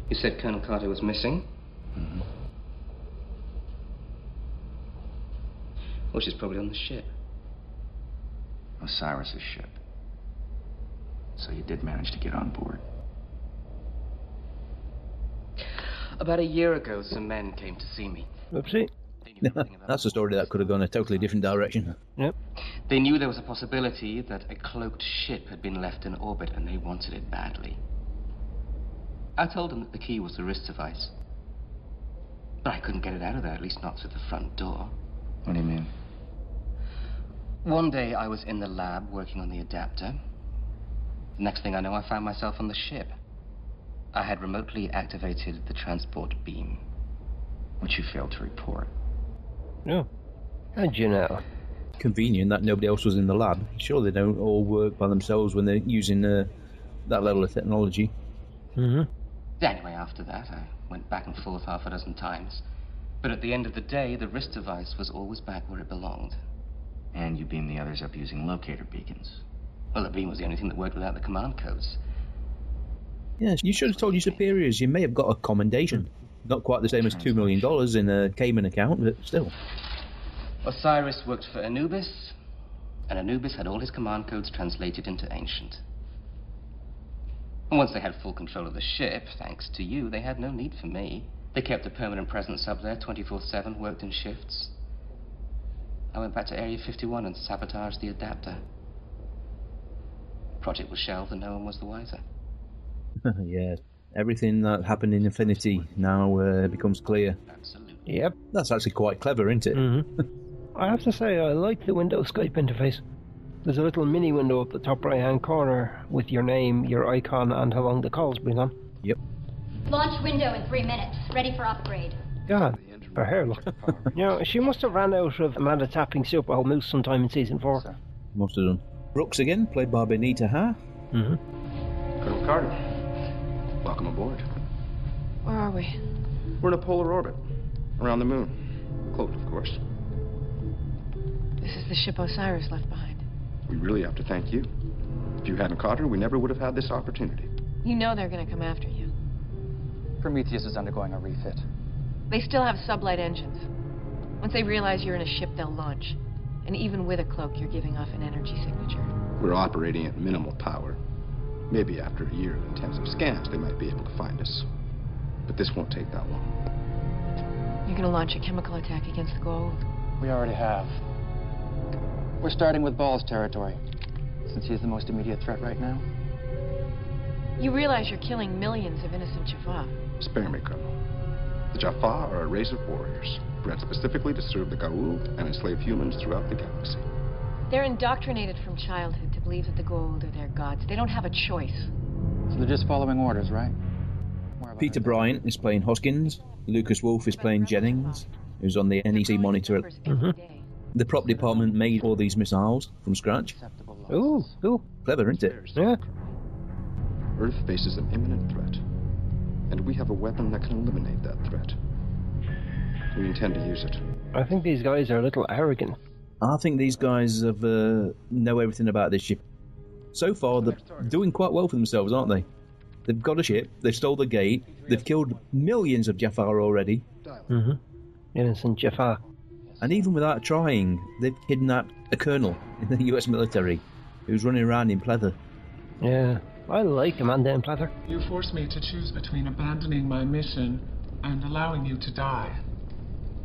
S15: You said Colonel Carter was missing? Well, she's probably on the ship. Osiris's ship. So you did manage to get on board. About a year ago, some men came to see me.
S4: Oopsie.
S5: That's a story that could have gone a totally different direction.
S4: Yep.
S15: They knew there was a possibility that a cloaked ship had been left in orbit, and they wanted it badly. I told them that the key was the wrist device. But I couldn't get it out of there, at least not through the front door. What do you mean? One day I was in the lab working on the adapter. The next thing I know, I found myself on the ship. I had remotely activated the transport beam, which you failed to report.
S4: No. How'd you know?
S5: Convenient that nobody else was in the lab. Sure, they don't all work by themselves when they're using uh, that level of technology.
S4: Mm-hmm.
S15: Anyway, after that, I went back and forth half a dozen times. But at the end of the day, the wrist device was always back where it belonged. And you beamed the others up using locator beacons. Well, the beam was the only thing that worked without the command codes.
S5: Yes, you should have told your superiors. You may have got a commendation. Not quite the same as $2 million in a Cayman account, but still.
S15: Osiris worked for Anubis, and Anubis had all his command codes translated into ancient. And once they had full control of the ship, thanks to you, they had no need for me. They kept a permanent presence up there 24 7, worked in shifts. I went back to Area 51 and sabotaged the adapter. Project was shelved and no one was the wiser.
S5: yeah. Everything that happened in Infinity now uh, becomes clear.
S15: Absolutely.
S4: Yep. Mm-hmm.
S5: That's actually quite clever, isn't it?
S4: I have to say, I like the Windows Skype interface. There's a little mini window up the top right hand corner with your name, your icon, and how long the call's been on.
S5: Yep.
S13: Launch window in three minutes. Ready for upgrade.
S4: God, her hair look. you know, she must have ran out of Amanda tapping Super Owl Moose sometime in season four.
S5: Must have done. Brooks again, played by Benita Ha.
S4: Mm-hmm.
S22: Colonel Carter, welcome aboard.
S16: Where are we?
S22: We're in a polar orbit, around the moon. Cloaked, of course.
S16: This is the ship Osiris left behind.
S22: We really have to thank you. If you hadn't caught her, we never would have had this opportunity.
S16: You know they're going to come after you.
S24: Prometheus is undergoing a refit.
S16: They still have sublight engines. Once they realize you're in a ship, they'll launch. And even with a cloak, you're giving off an energy signature.
S22: We're operating at minimal power. Maybe after a year of intensive scans, they might be able to find us. But this won't take that long.
S16: You're going to launch a chemical attack against the gold.
S25: We already have. We're starting with Ball's territory, since he's the most immediate threat right now.
S16: You realize you're killing millions of innocent Jaffa.
S22: Spare me, Colonel. The Jaffa are a race of warriors, bred specifically to serve the Gaul and enslave humans throughout the galaxy.
S16: They're indoctrinated from childhood to believe that the gold are their gods. They don't have a choice.
S25: So they're just following orders, right?
S5: Peter Bryant is playing Hoskins. Lucas Wolf is playing Jennings, who's on the NEC monitor. The prop department made all these missiles from scratch.
S4: Ooh, ooh.
S5: Clever, isn't it?
S4: Yeah.
S22: Earth faces an imminent threat, and we have a weapon that can eliminate that threat. We intend to use it.
S4: I think these guys are a little arrogant.
S5: I think these guys have uh, know everything about this ship. So far, they're doing quite well for themselves, aren't they? They've got a ship. They've stole the gate. They've killed millions of Jafar already.
S4: Mm-hmm. Innocent Jaffa.
S5: And even without trying, they've kidnapped a colonel in the U.S. military who's running around in pleather.
S4: Yeah. I like Amanda and Platter.
S23: You force me to choose between abandoning my mission and allowing you to die.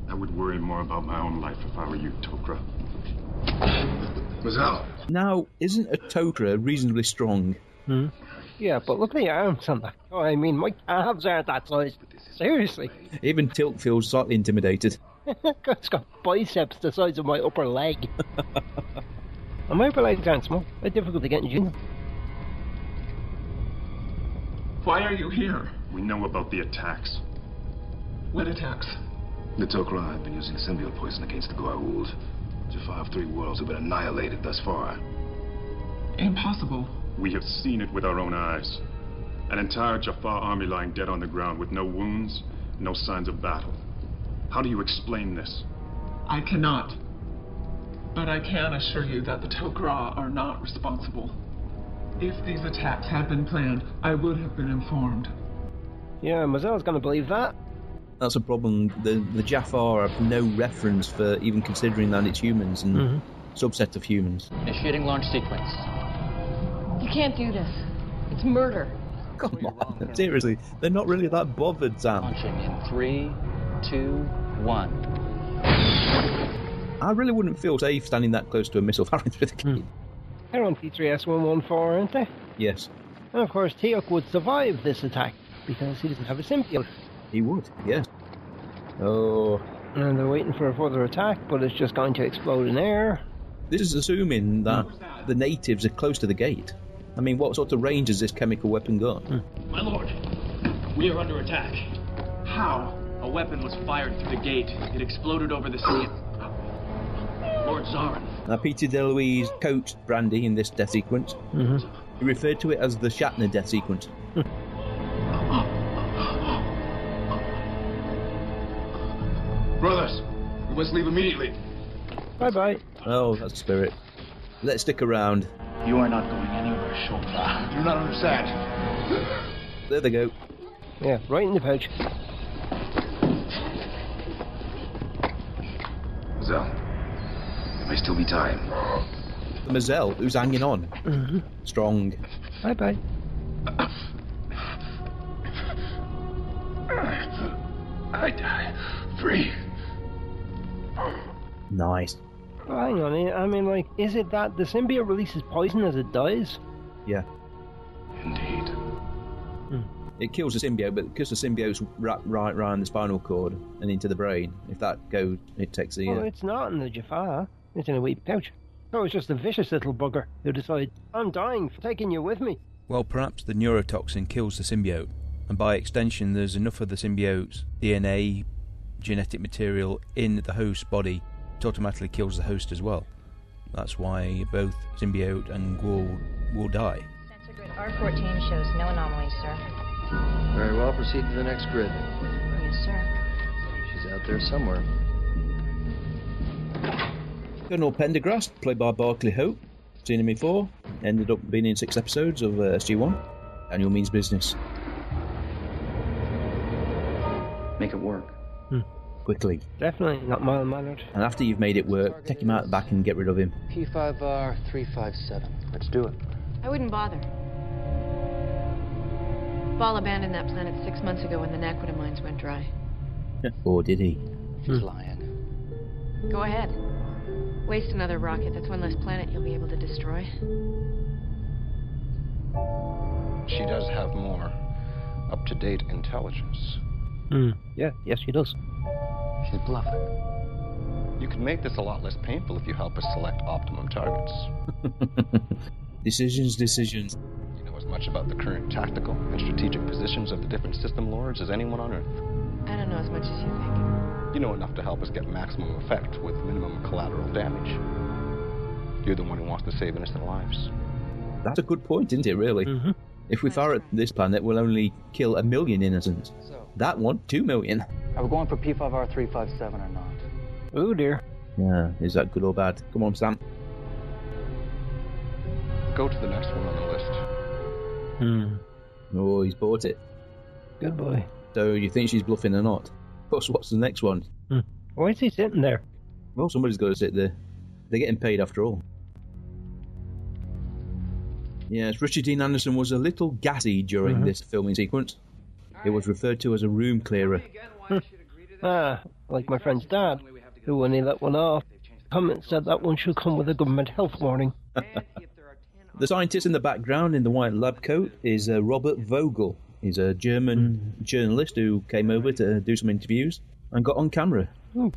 S17: I would worry more about my own life if I were you, Tokra.
S26: Mazel.
S5: Now, isn't a Tokra reasonably strong?
S4: Hmm. Yeah, but look at the arms on that. Oh, I mean, my calves aren't that size. Seriously.
S5: Even Tilt feels slightly intimidated.
S4: it's got biceps the size of my upper leg. and my upper legs aren't small. They're difficult to get in jeans.
S23: Why are you here?
S17: We know about the attacks.
S23: What attacks?
S26: The Tok'ra have been using symbiote poison against the Goa'uld. Jafar of three worlds have been annihilated thus far.
S23: Impossible.
S17: We have seen it with our own eyes. An entire Jafar army lying dead on the ground with no wounds, no signs of battle. How do you explain this?
S23: I cannot. But I can assure you that the Tok'ra are not responsible. If these attacks had been planned, I would have been informed.
S4: Yeah, Mazelle's going to believe that.
S5: That's a problem. The the Jafar have no reference for even considering that it's humans and subset of humans.
S25: Initiating launch sequence.
S16: You can't do this. It's murder.
S5: Come on, seriously, they're not really that bothered, Sam.
S25: Launching in three, two, one.
S5: I really wouldn't feel safe standing that close to a missile firing through the gate.
S4: They're on T3S114, aren't they?
S5: Yes,
S4: And of course, Teok would survive this attack because he doesn't have a symbiote.
S5: he would. Yes. Oh,
S4: And they're waiting for a further attack, but it's just going to explode in air.
S5: this is assuming that the natives are close to the gate. I mean, what sort of range has this chemical weapon got?
S12: My lord, we are under attack.
S23: How?
S12: A weapon was fired through the gate. It exploded over the sea. Lord Zarin,
S5: Now, Peter DeLuise coached Brandy in this death sequence. He referred to it as the Shatner death sequence.
S26: Brothers, we must leave immediately.
S4: Bye bye.
S5: Oh, that's the spirit. Let's stick around.
S25: You are not going anywhere, Shota.
S26: Do not understand.
S5: There they go.
S4: Yeah, right in the pouch.
S26: Zell, there may still be time.
S5: Mazel, who's hanging on. Strong.
S4: Bye bye.
S23: I die free.
S5: Nice.
S4: Oh, Hang on, I mean, like, is it that the symbiote releases poison as it dies?
S5: Yeah.
S23: Indeed.
S5: It kills the symbiote, but because the symbiote's wrapped right around the spinal cord and into the brain, if that goes, it takes the.
S4: Well,
S5: uh,
S4: it's not in the Jafar. It's in a wee pouch. Oh, it's just a vicious little bugger who decides, I'm dying for taking you with me.
S2: Well, perhaps the neurotoxin kills the symbiote, and by extension, there's enough of the symbiote's DNA, genetic material in the host body, it automatically kills the host as well. That's why both symbiote and Gwar will die.
S7: R14 shows no anomalies, sir.
S8: Very well, proceed to the next grid.
S7: Yes, sir.
S8: She's out there somewhere.
S5: Colonel Pendergrass, played by Barclay Hope, seen him before, ended up being in six episodes of uh, SG1. Annual means business.
S15: Make it work.
S5: Quickly.
S4: Definitely not mild mannered.
S5: And after you've made it work, take him out the back and get rid of him.
S8: P5R357. Let's do it.
S6: I wouldn't bother. Ball abandoned that planet six months ago when the Naquita mines went dry.
S5: or did he?
S4: Hmm.
S8: She's lying.
S6: Go ahead. Waste another rocket. That's one less planet you'll be able to destroy.
S8: She does have more up to date intelligence.
S4: Hmm. Yeah, yes, she does.
S8: She's bluffing. You can make this a lot less painful if you help us select optimum targets.
S5: Decisions, decisions.
S8: You know as much about the current tactical and strategic positions of the different system lords as anyone on Earth.
S6: I don't know as much as you think.
S8: You know enough to help us get maximum effect with minimum collateral damage. You're the one who wants to save innocent lives.
S5: That's a good point, isn't it, really?
S4: Mm-hmm.
S5: If we fire at this planet, we'll only kill a million innocents. That one, two million.
S21: Are we going for P5R357 or not?
S4: Oh dear.
S5: Yeah, is that good or bad? Come on, Sam.
S8: Go to the next one on the list.
S4: Hmm.
S5: Oh, he's bought it.
S4: Good boy.
S5: So, you think she's bluffing or not? What's, what's the next one?
S4: Hmm. Why is he sitting there?
S5: Well, somebody's got to sit there. They're getting paid after all. Yes, Richard Dean Anderson was a little gassy during
S4: Uh-huh.
S5: this filming sequence. It was referred to as a room clearer.
S4: Ah, like my friend's dad, who when he let one off, comment said that one should come with a government health warning.
S5: The scientist in the background in the white lab coat is uh, Robert Vogel. He's a German
S4: Hmm.
S5: journalist who came over to do some interviews and got on camera.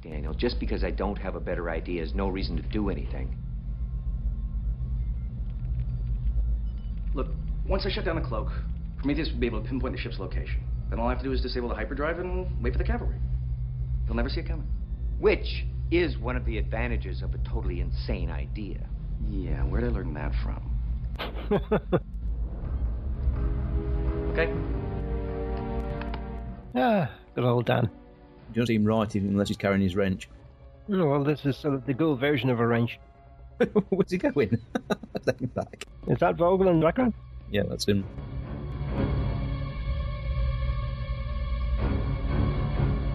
S22: Daniel, just because I don't have a better idea is no reason to do anything. Look, once I shut down the cloak, Prometheus will be able to pinpoint the ship's location. Then all I have to do is disable the hyperdrive and wait for the cavalry. They'll never see it coming. Which is one of the advantages of a totally insane idea. Yeah, where'd I learn that from? Okay?
S4: Ah, good old Dan.
S5: Doesn't seem right even unless he's carrying his wrench.
S4: Oh, well, this is sort of the gold version of a wrench.
S5: Where's he going? Take him back.
S4: Is that Vogel in the background?
S5: Yeah, that's him.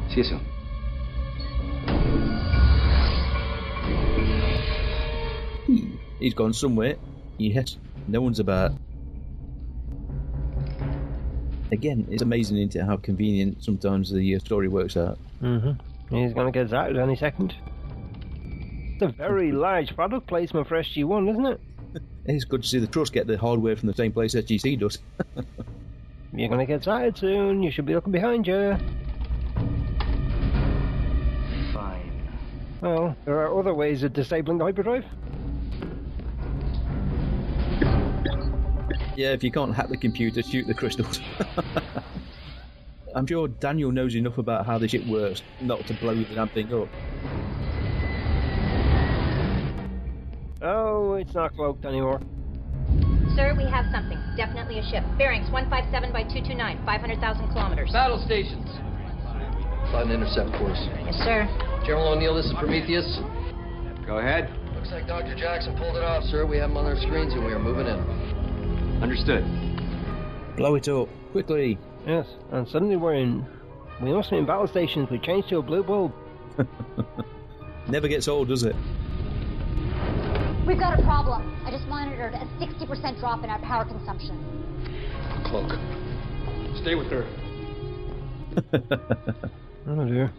S22: See you soon.
S5: He's gone somewhere. Yes, no one's about. Again, it's amazing isn't it, how convenient sometimes the uh, story works out.
S4: Mm-hmm. He's going to get zapped any second. It's a very large product placement for SG1, isn't it?
S5: It's good to see the trust get the hardware from the same place SGC does.
S4: You're going to get zapped soon. You should be looking behind you.
S22: Fine.
S4: Well, there are other ways of disabling the hyperdrive.
S5: yeah, if you can't hack the computer, shoot the crystals. I'm sure Daniel knows enough about how this shit works not to blow the damn thing up.
S4: Oh, it's not cloaked anymore.
S1: Sir, we have something. Definitely a ship. Bearings 157 by 229, 500,000 kilometers.
S20: Battle stations.
S8: Plot an intercept course.
S1: Yes, sir.
S8: General O'Neill, this is Prometheus.
S22: Go ahead.
S8: Looks like Dr. Jackson pulled it off, sir. We have him on our screens and we are moving in.
S22: Understood.
S5: Blow it up, quickly.
S4: Yes, and suddenly we're in. We must be in battle stations. We changed to a blue bulb.
S5: Never gets old, does it?
S13: We've got a problem. I just monitored a 60% drop in our power consumption.
S8: Cloak. Stay with her.
S4: Oh dear.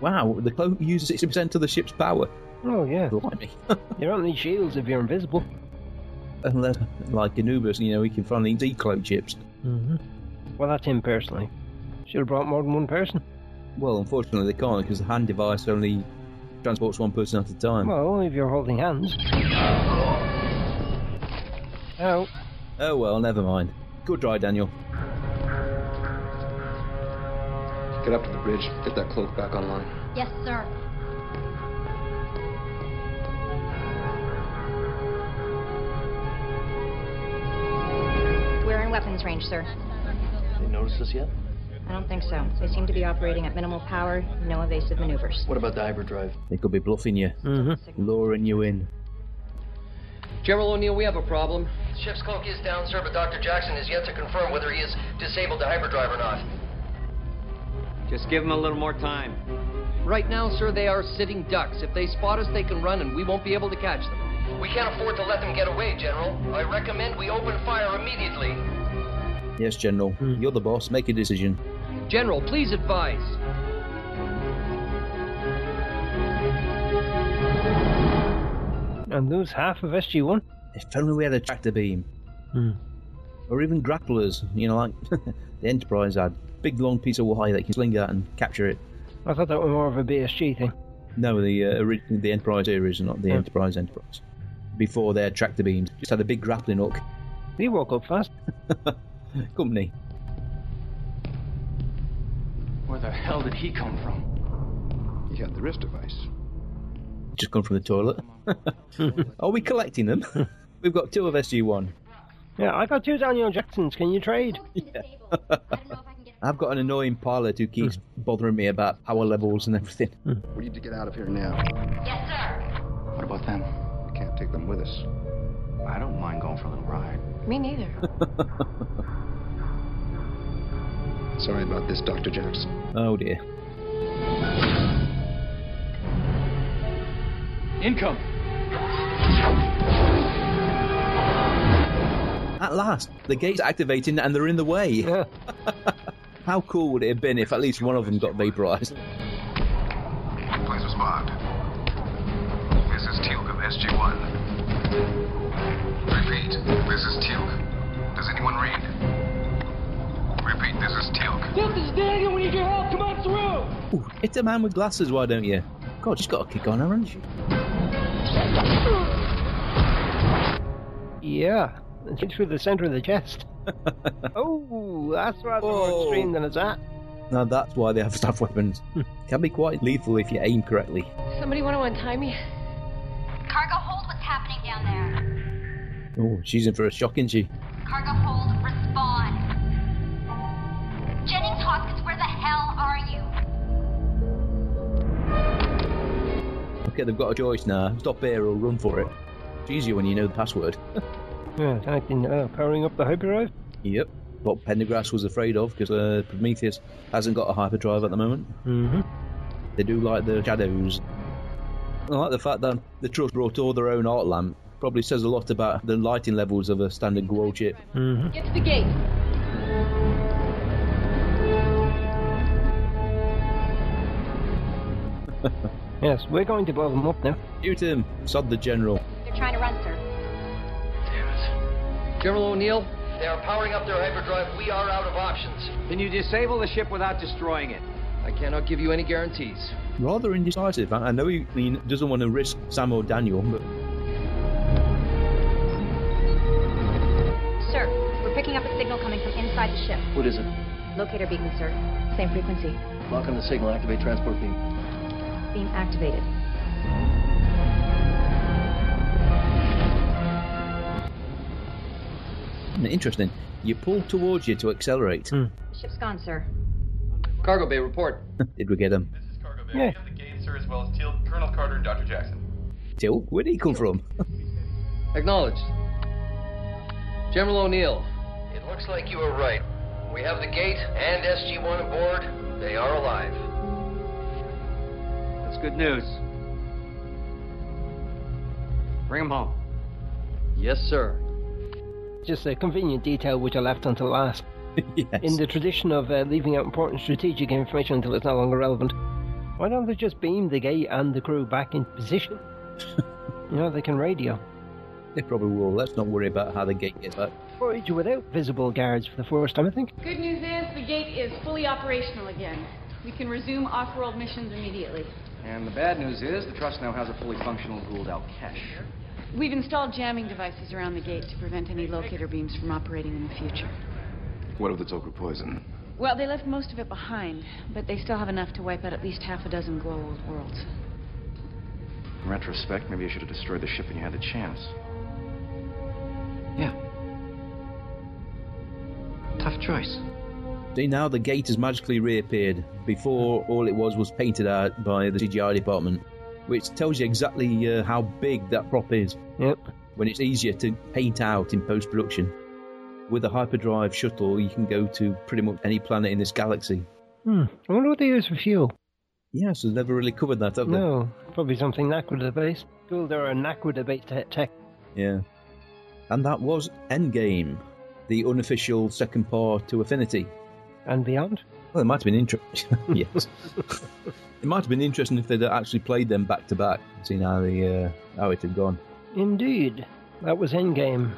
S5: Wow, the cloak uses 60% of the ship's power.
S4: Oh yeah.
S5: Blimey.
S4: You're on these shields if you're invisible.
S5: Unless, like Anubis, you know, he can finally decloak chips.
S4: hmm Well, that's him personally. Should have brought more than one person.
S5: Well, unfortunately, they can't because the hand device only transports one person at a time.
S4: Well, only if you're holding hands. Oh.
S5: Oh well, never mind. Good try, Daniel.
S8: Get up to the bridge. Get that cloak back online.
S13: Yes, sir.
S1: We're in weapons range, sir.
S22: You notice this yet?
S1: I don't think so. They seem to be operating at minimal power, no evasive maneuvers.
S22: What about the hyperdrive?
S5: They could be bluffing you, luring you in.
S9: General O'Neill, we have a problem.
S20: Ship's cloak is down, sir, but Dr. Jackson is yet to confirm whether he has disabled the hyperdrive or not.
S9: Just give them a little more time.
S20: Right now, sir, they are sitting ducks. If they spot us, they can run, and we won't be able to catch them. We can't afford to let them get away, General. I recommend we open fire immediately.
S5: Yes, General. You're the boss. Make a decision.
S20: General, please advise.
S4: And lose half of SG1.
S5: If only we had a tractor beam.
S4: Hmm.
S5: Or even grapplers, you know, like the Enterprise had. Big long piece of wire that you can sling at and capture it.
S4: I thought that was more of a BSG thing.
S5: No, the uh, ori- the Enterprise series, not the
S4: Hmm.
S5: Enterprise Enterprise. Before their tractor beams, just had a big grappling hook.
S4: He woke up fast.
S5: Company.
S22: Where the hell did he come from?
S8: He had the wrist device.
S5: Just come from the toilet. Are we collecting them? We've got two of SG1.
S4: Yeah, I got two Daniel Jacksons. Can you trade?
S5: I've got an annoying pilot who keeps bothering me about power levels and everything.
S8: We need to get out of here now.
S13: Yes, sir.
S8: What about them? We can't take them with us. I don't mind going for a little ride.
S6: Me neither.
S8: Sorry about this, Dr. Jackson.
S5: Oh dear.
S22: Income!
S5: At last, the gate's activating and they're in the way. How cool would it have been if at least one of them got vaporized?
S11: Please respond. This is Teal'c of SG-1. Repeat, this is Teal'c. Does anyone read? Repeat, this is Teal'c.
S3: This is Daniel. We need your help. Come on through.
S5: Ooh, hit a man with glasses, why don't you? God, she's got a kick on her, hasn't she?
S4: Yeah. It's right through the centre of the chest. oh, that's rather more extreme than it's at.
S5: Now that's why they have staff weapons. Can be quite lethal if you aim correctly.
S6: Somebody want to untie me?
S13: Cargo, hold what's happening down there.
S5: Oh, she's in for a shock, isn't she?
S13: Cargo, hold, respond. Jennings Hopkins, where the hell are you?
S5: Okay, they've got a choice now. Stop here or run for it. It's easier when you know the password.
S4: Yeah, connecting, uh, powering up the hyperdrive.
S5: Yep. What Pendergrass was afraid of because uh, Prometheus hasn't got a hyperdrive at the moment.
S4: Mm-hmm.
S5: They do like the shadows. I like the fact that the trust brought all their own art lamp. Probably says a lot about the lighting levels of a standard Gwol chip.
S4: Mm-hmm.
S6: Get to the gate.
S4: Yes, we're going to blow them up now.
S5: Shoot him! Sod the general.
S13: They're trying to run, sir.
S22: General O'Neill,
S20: They are powering up their hyperdrive. We are out of options.
S22: can you disable the ship without destroying it? I cannot give you any guarantees.
S5: Rather indecisive. I I know he, he doesn't want to risk Sam or Daniel, but
S1: Sir, we're picking up a signal coming from inside the ship.
S22: What is it?
S1: Locator beacon, sir. Same frequency.
S22: Lock on the signal, activate transport beam.
S1: Beam activated.
S5: interesting. You pull towards you to accelerate.
S4: Hmm.
S1: Ship's gone, sir.
S22: Cargo bay, report.
S5: Did we get him?
S4: Yeah.
S14: sir, as well as Teal, Colonel Carter and Dr. Jackson.
S5: Till, where did he come from?
S22: Acknowledged. General O'Neill,
S20: It looks like you were right. We have the gate and SG-1 aboard. They are alive.
S22: that's good news.
S9: Bring him home.
S20: Yes, sir.
S4: Just a convenient detail which I left until last. In the tradition of uh, leaving out important strategic information until it's no longer relevant, why don't they just beam the gate and the crew back in position? you know, they can radio.
S5: They probably will. Let's not worry about how the gate gets back.
S4: Voyage without visible guards for the first time, I think.
S16: Good news is the gate is fully operational again. We can resume off-world missions immediately.
S22: And the bad news is the trust now has a fully functional Gould out cache.
S16: We've installed jamming devices around the gate to prevent any locator beams from operating in the future.
S11: What of the Toker poison?
S16: Well, they left most of it behind, but they still have enough to wipe out at least half a dozen glow-old worlds.
S22: In retrospect, maybe you should have destroyed the ship when you had the chance. Yeah. Tough choice.
S5: See, now the gate has magically reappeared. Before, all it was was painted out by the CGI department, which tells you exactly uh, how big that prop is.
S4: Yep.
S5: When it's easier to paint out in post production. With a hyperdrive shuttle, you can go to pretty much any planet in this galaxy.
S4: Hmm. I wonder what they use for fuel.
S5: Yeah, so they've never really covered that, have they?
S4: No, probably something Naquada based. Cool, there are Naquada based tech.
S5: Yeah. And that was Endgame, the unofficial second part to Affinity.
S4: And beyond?
S5: Well, it might have been interesting. yes. it might have been interesting if they'd actually played them back to back, seen how, the, uh, how it had gone.
S4: Indeed. That was Endgame.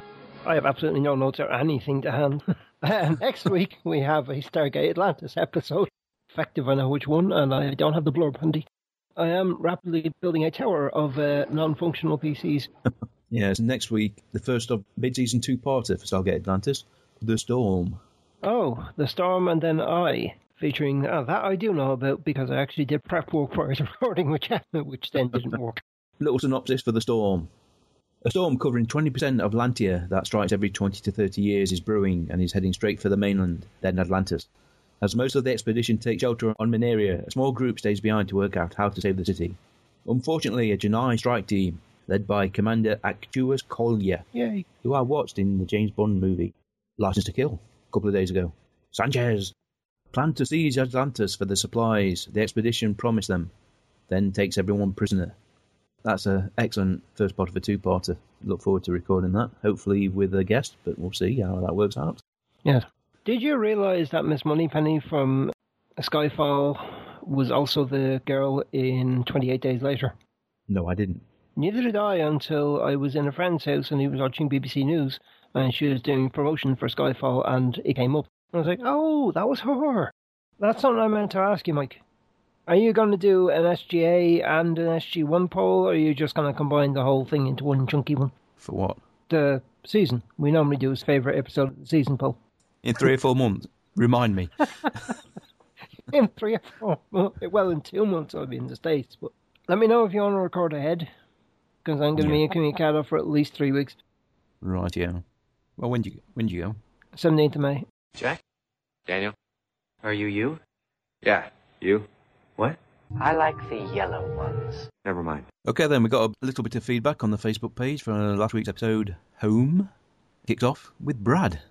S4: I have absolutely no notes or anything to hand. And Next week, we have a Stargate Atlantis episode. Effective, I know which one, and I don't have the blurb handy. I am rapidly building a tower of uh, non functional PCs.
S5: Yeah, so next week, the first of mid season two parter for Stargate Atlantis, The Storm.
S4: Oh, The Storm and Then I, featuring oh, that I do know about because I actually did prep work prior to recording, which, which then didn't work.
S5: Little synopsis for The Storm. A storm covering 20% of Lantia that strikes every 20 to 30 years is brewing and is heading straight for the mainland, then Atlantis. As most of the expedition takes shelter on Mineria, a small group stays behind to work out how to save the city. Unfortunately, a Janai strike team led by Commander Actuous Collier,
S4: Yay.
S5: who I watched in the James Bond movie License to Kill a couple of days ago. Sanchez planned to seize Atlantis for the supplies the expedition promised them, then takes everyone prisoner. That's an excellent first part of a two-parter. Look forward to recording that, hopefully with a guest, but we'll see how that works out.
S4: Yes. Did you realise that Miss Moneypenny from Skyfall was also the girl in 28 Days Later?
S5: No, I didn't.
S4: Neither did I until I was in a friend's house and he was watching BBC News and she was doing promotion for Skyfall and it came up. And I was like, oh, that was her. That's something I meant to ask you, Mike. Are you going to do an SGA and an SG1 poll or are you just going to combine the whole thing into one chunky one?
S5: For what?
S4: The season. We normally do his favourite episode of the season poll.
S5: In three or four months? Remind me.
S4: in three or four months. Well, in two months I'll be in the States. But let me know if you want to record ahead because I'm going to be in Communicado for at least three weeks.
S5: Right, yeah. Well, when do you when do you go?
S4: 17th of May.
S10: Jack? Daniel?
S18: Are you you?
S10: Yeah, you?
S18: What? I like the yellow ones.
S10: Never mind.
S5: Okay, then we got a little bit of feedback on the Facebook page for uh, last week's episode. Home kicked off with Brad.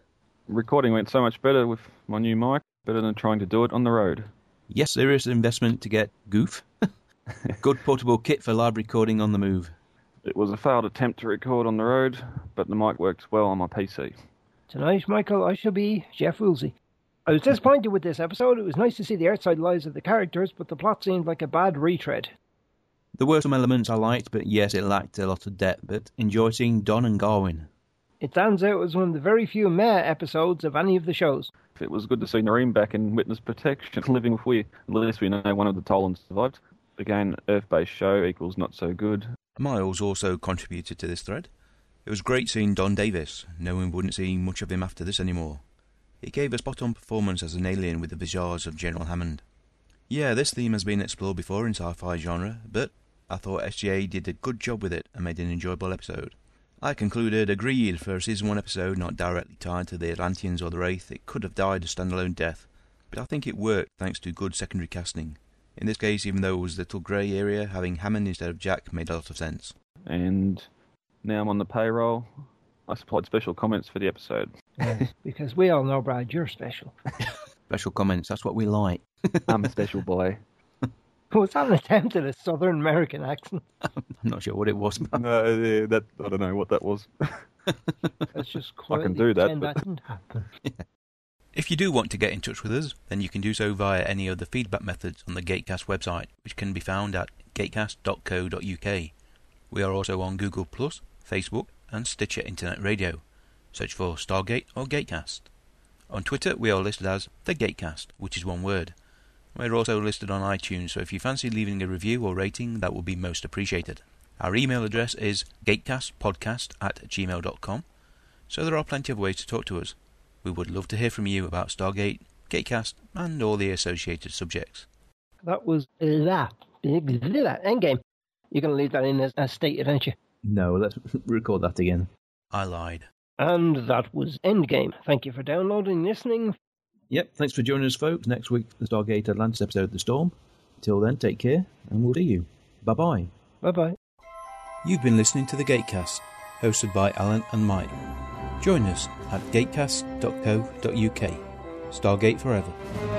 S27: Recording went so much better with my new mic, better than trying to do it on the road.
S5: Yes, serious investment to get goof. Good portable kit for live recording on the move.
S27: It was a failed attempt to record on the road, but the mic worked well on my PC.
S4: Tonight, Michael, I shall be Jeff Woolsey. I was disappointed with this episode. It was nice to see the outside lives of the characters, but the plot seemed like a bad retread.
S5: There were some elements I liked, but yes, it lacked a lot of depth. But enjoy seeing Don and Garwin.
S4: It stands out as one of the very few meh episodes of any of the shows.
S27: It was good to see Noreen back in witness protection, living with we. At least we know one of the Tolans survived. Again, Earth based show equals not so good.
S2: Miles also contributed to this thread. It was great seeing Don Davis, knowing we wouldn't see much of him after this anymore. He gave a spot on performance as an alien with the visage of General Hammond. Yeah, this theme has been explored before in sci fi genre, but I thought SGA did a good job with it and made an enjoyable episode. I concluded agreed for a season 1 episode not directly tied to the Atlanteans or the Wraith, it could have died a standalone death, but I think it worked thanks to good secondary casting. In this case, even though it was a little grey area, having Hammond instead of Jack made a lot of sense.
S27: And now I'm on the payroll. I supplied special comments for the episode.
S4: because we all know, Brad, you're special.
S5: special comments, that's what we like.
S27: I'm a special boy.
S4: Was that an attempt at a Southern American accent?
S28: I'm not sure what it was.
S27: No, yeah, that I don't know what that was.
S4: That's just
S27: I
S4: quite.
S27: can do that.
S4: That
S27: but-
S4: didn't happen.
S5: If you do want to get in touch with us, then you can do so via any of the feedback methods on the Gatecast website, which can be found at gatecast.co.uk. We are also on Google Plus, Facebook, and Stitcher Internet Radio. Search for Stargate or Gatecast. On Twitter, we are listed as The Gatecast, which is one word. We're also listed on iTunes, so if you fancy leaving a review or rating, that would be most appreciated. Our email address is gatecastpodcast at gmail.com, so there are plenty of ways to talk to us. We would love to hear from you about Stargate, Gatecast, and all the associated subjects.
S4: That was that. That endgame. You're going to leave that in as, as stated, aren't you?
S28: No, let's record that again.
S5: I lied.
S4: And that was Endgame. Thank you for downloading, listening.
S28: Yep, thanks for joining us, folks. Next week, the Stargate Atlantis episode of The Storm. Till then, take care, and we'll see you. Bye bye.
S4: Bye bye.
S5: You've been listening to The Gatecast, hosted by Alan and Mike. Join us at gatecast.co.uk. Stargate Forever.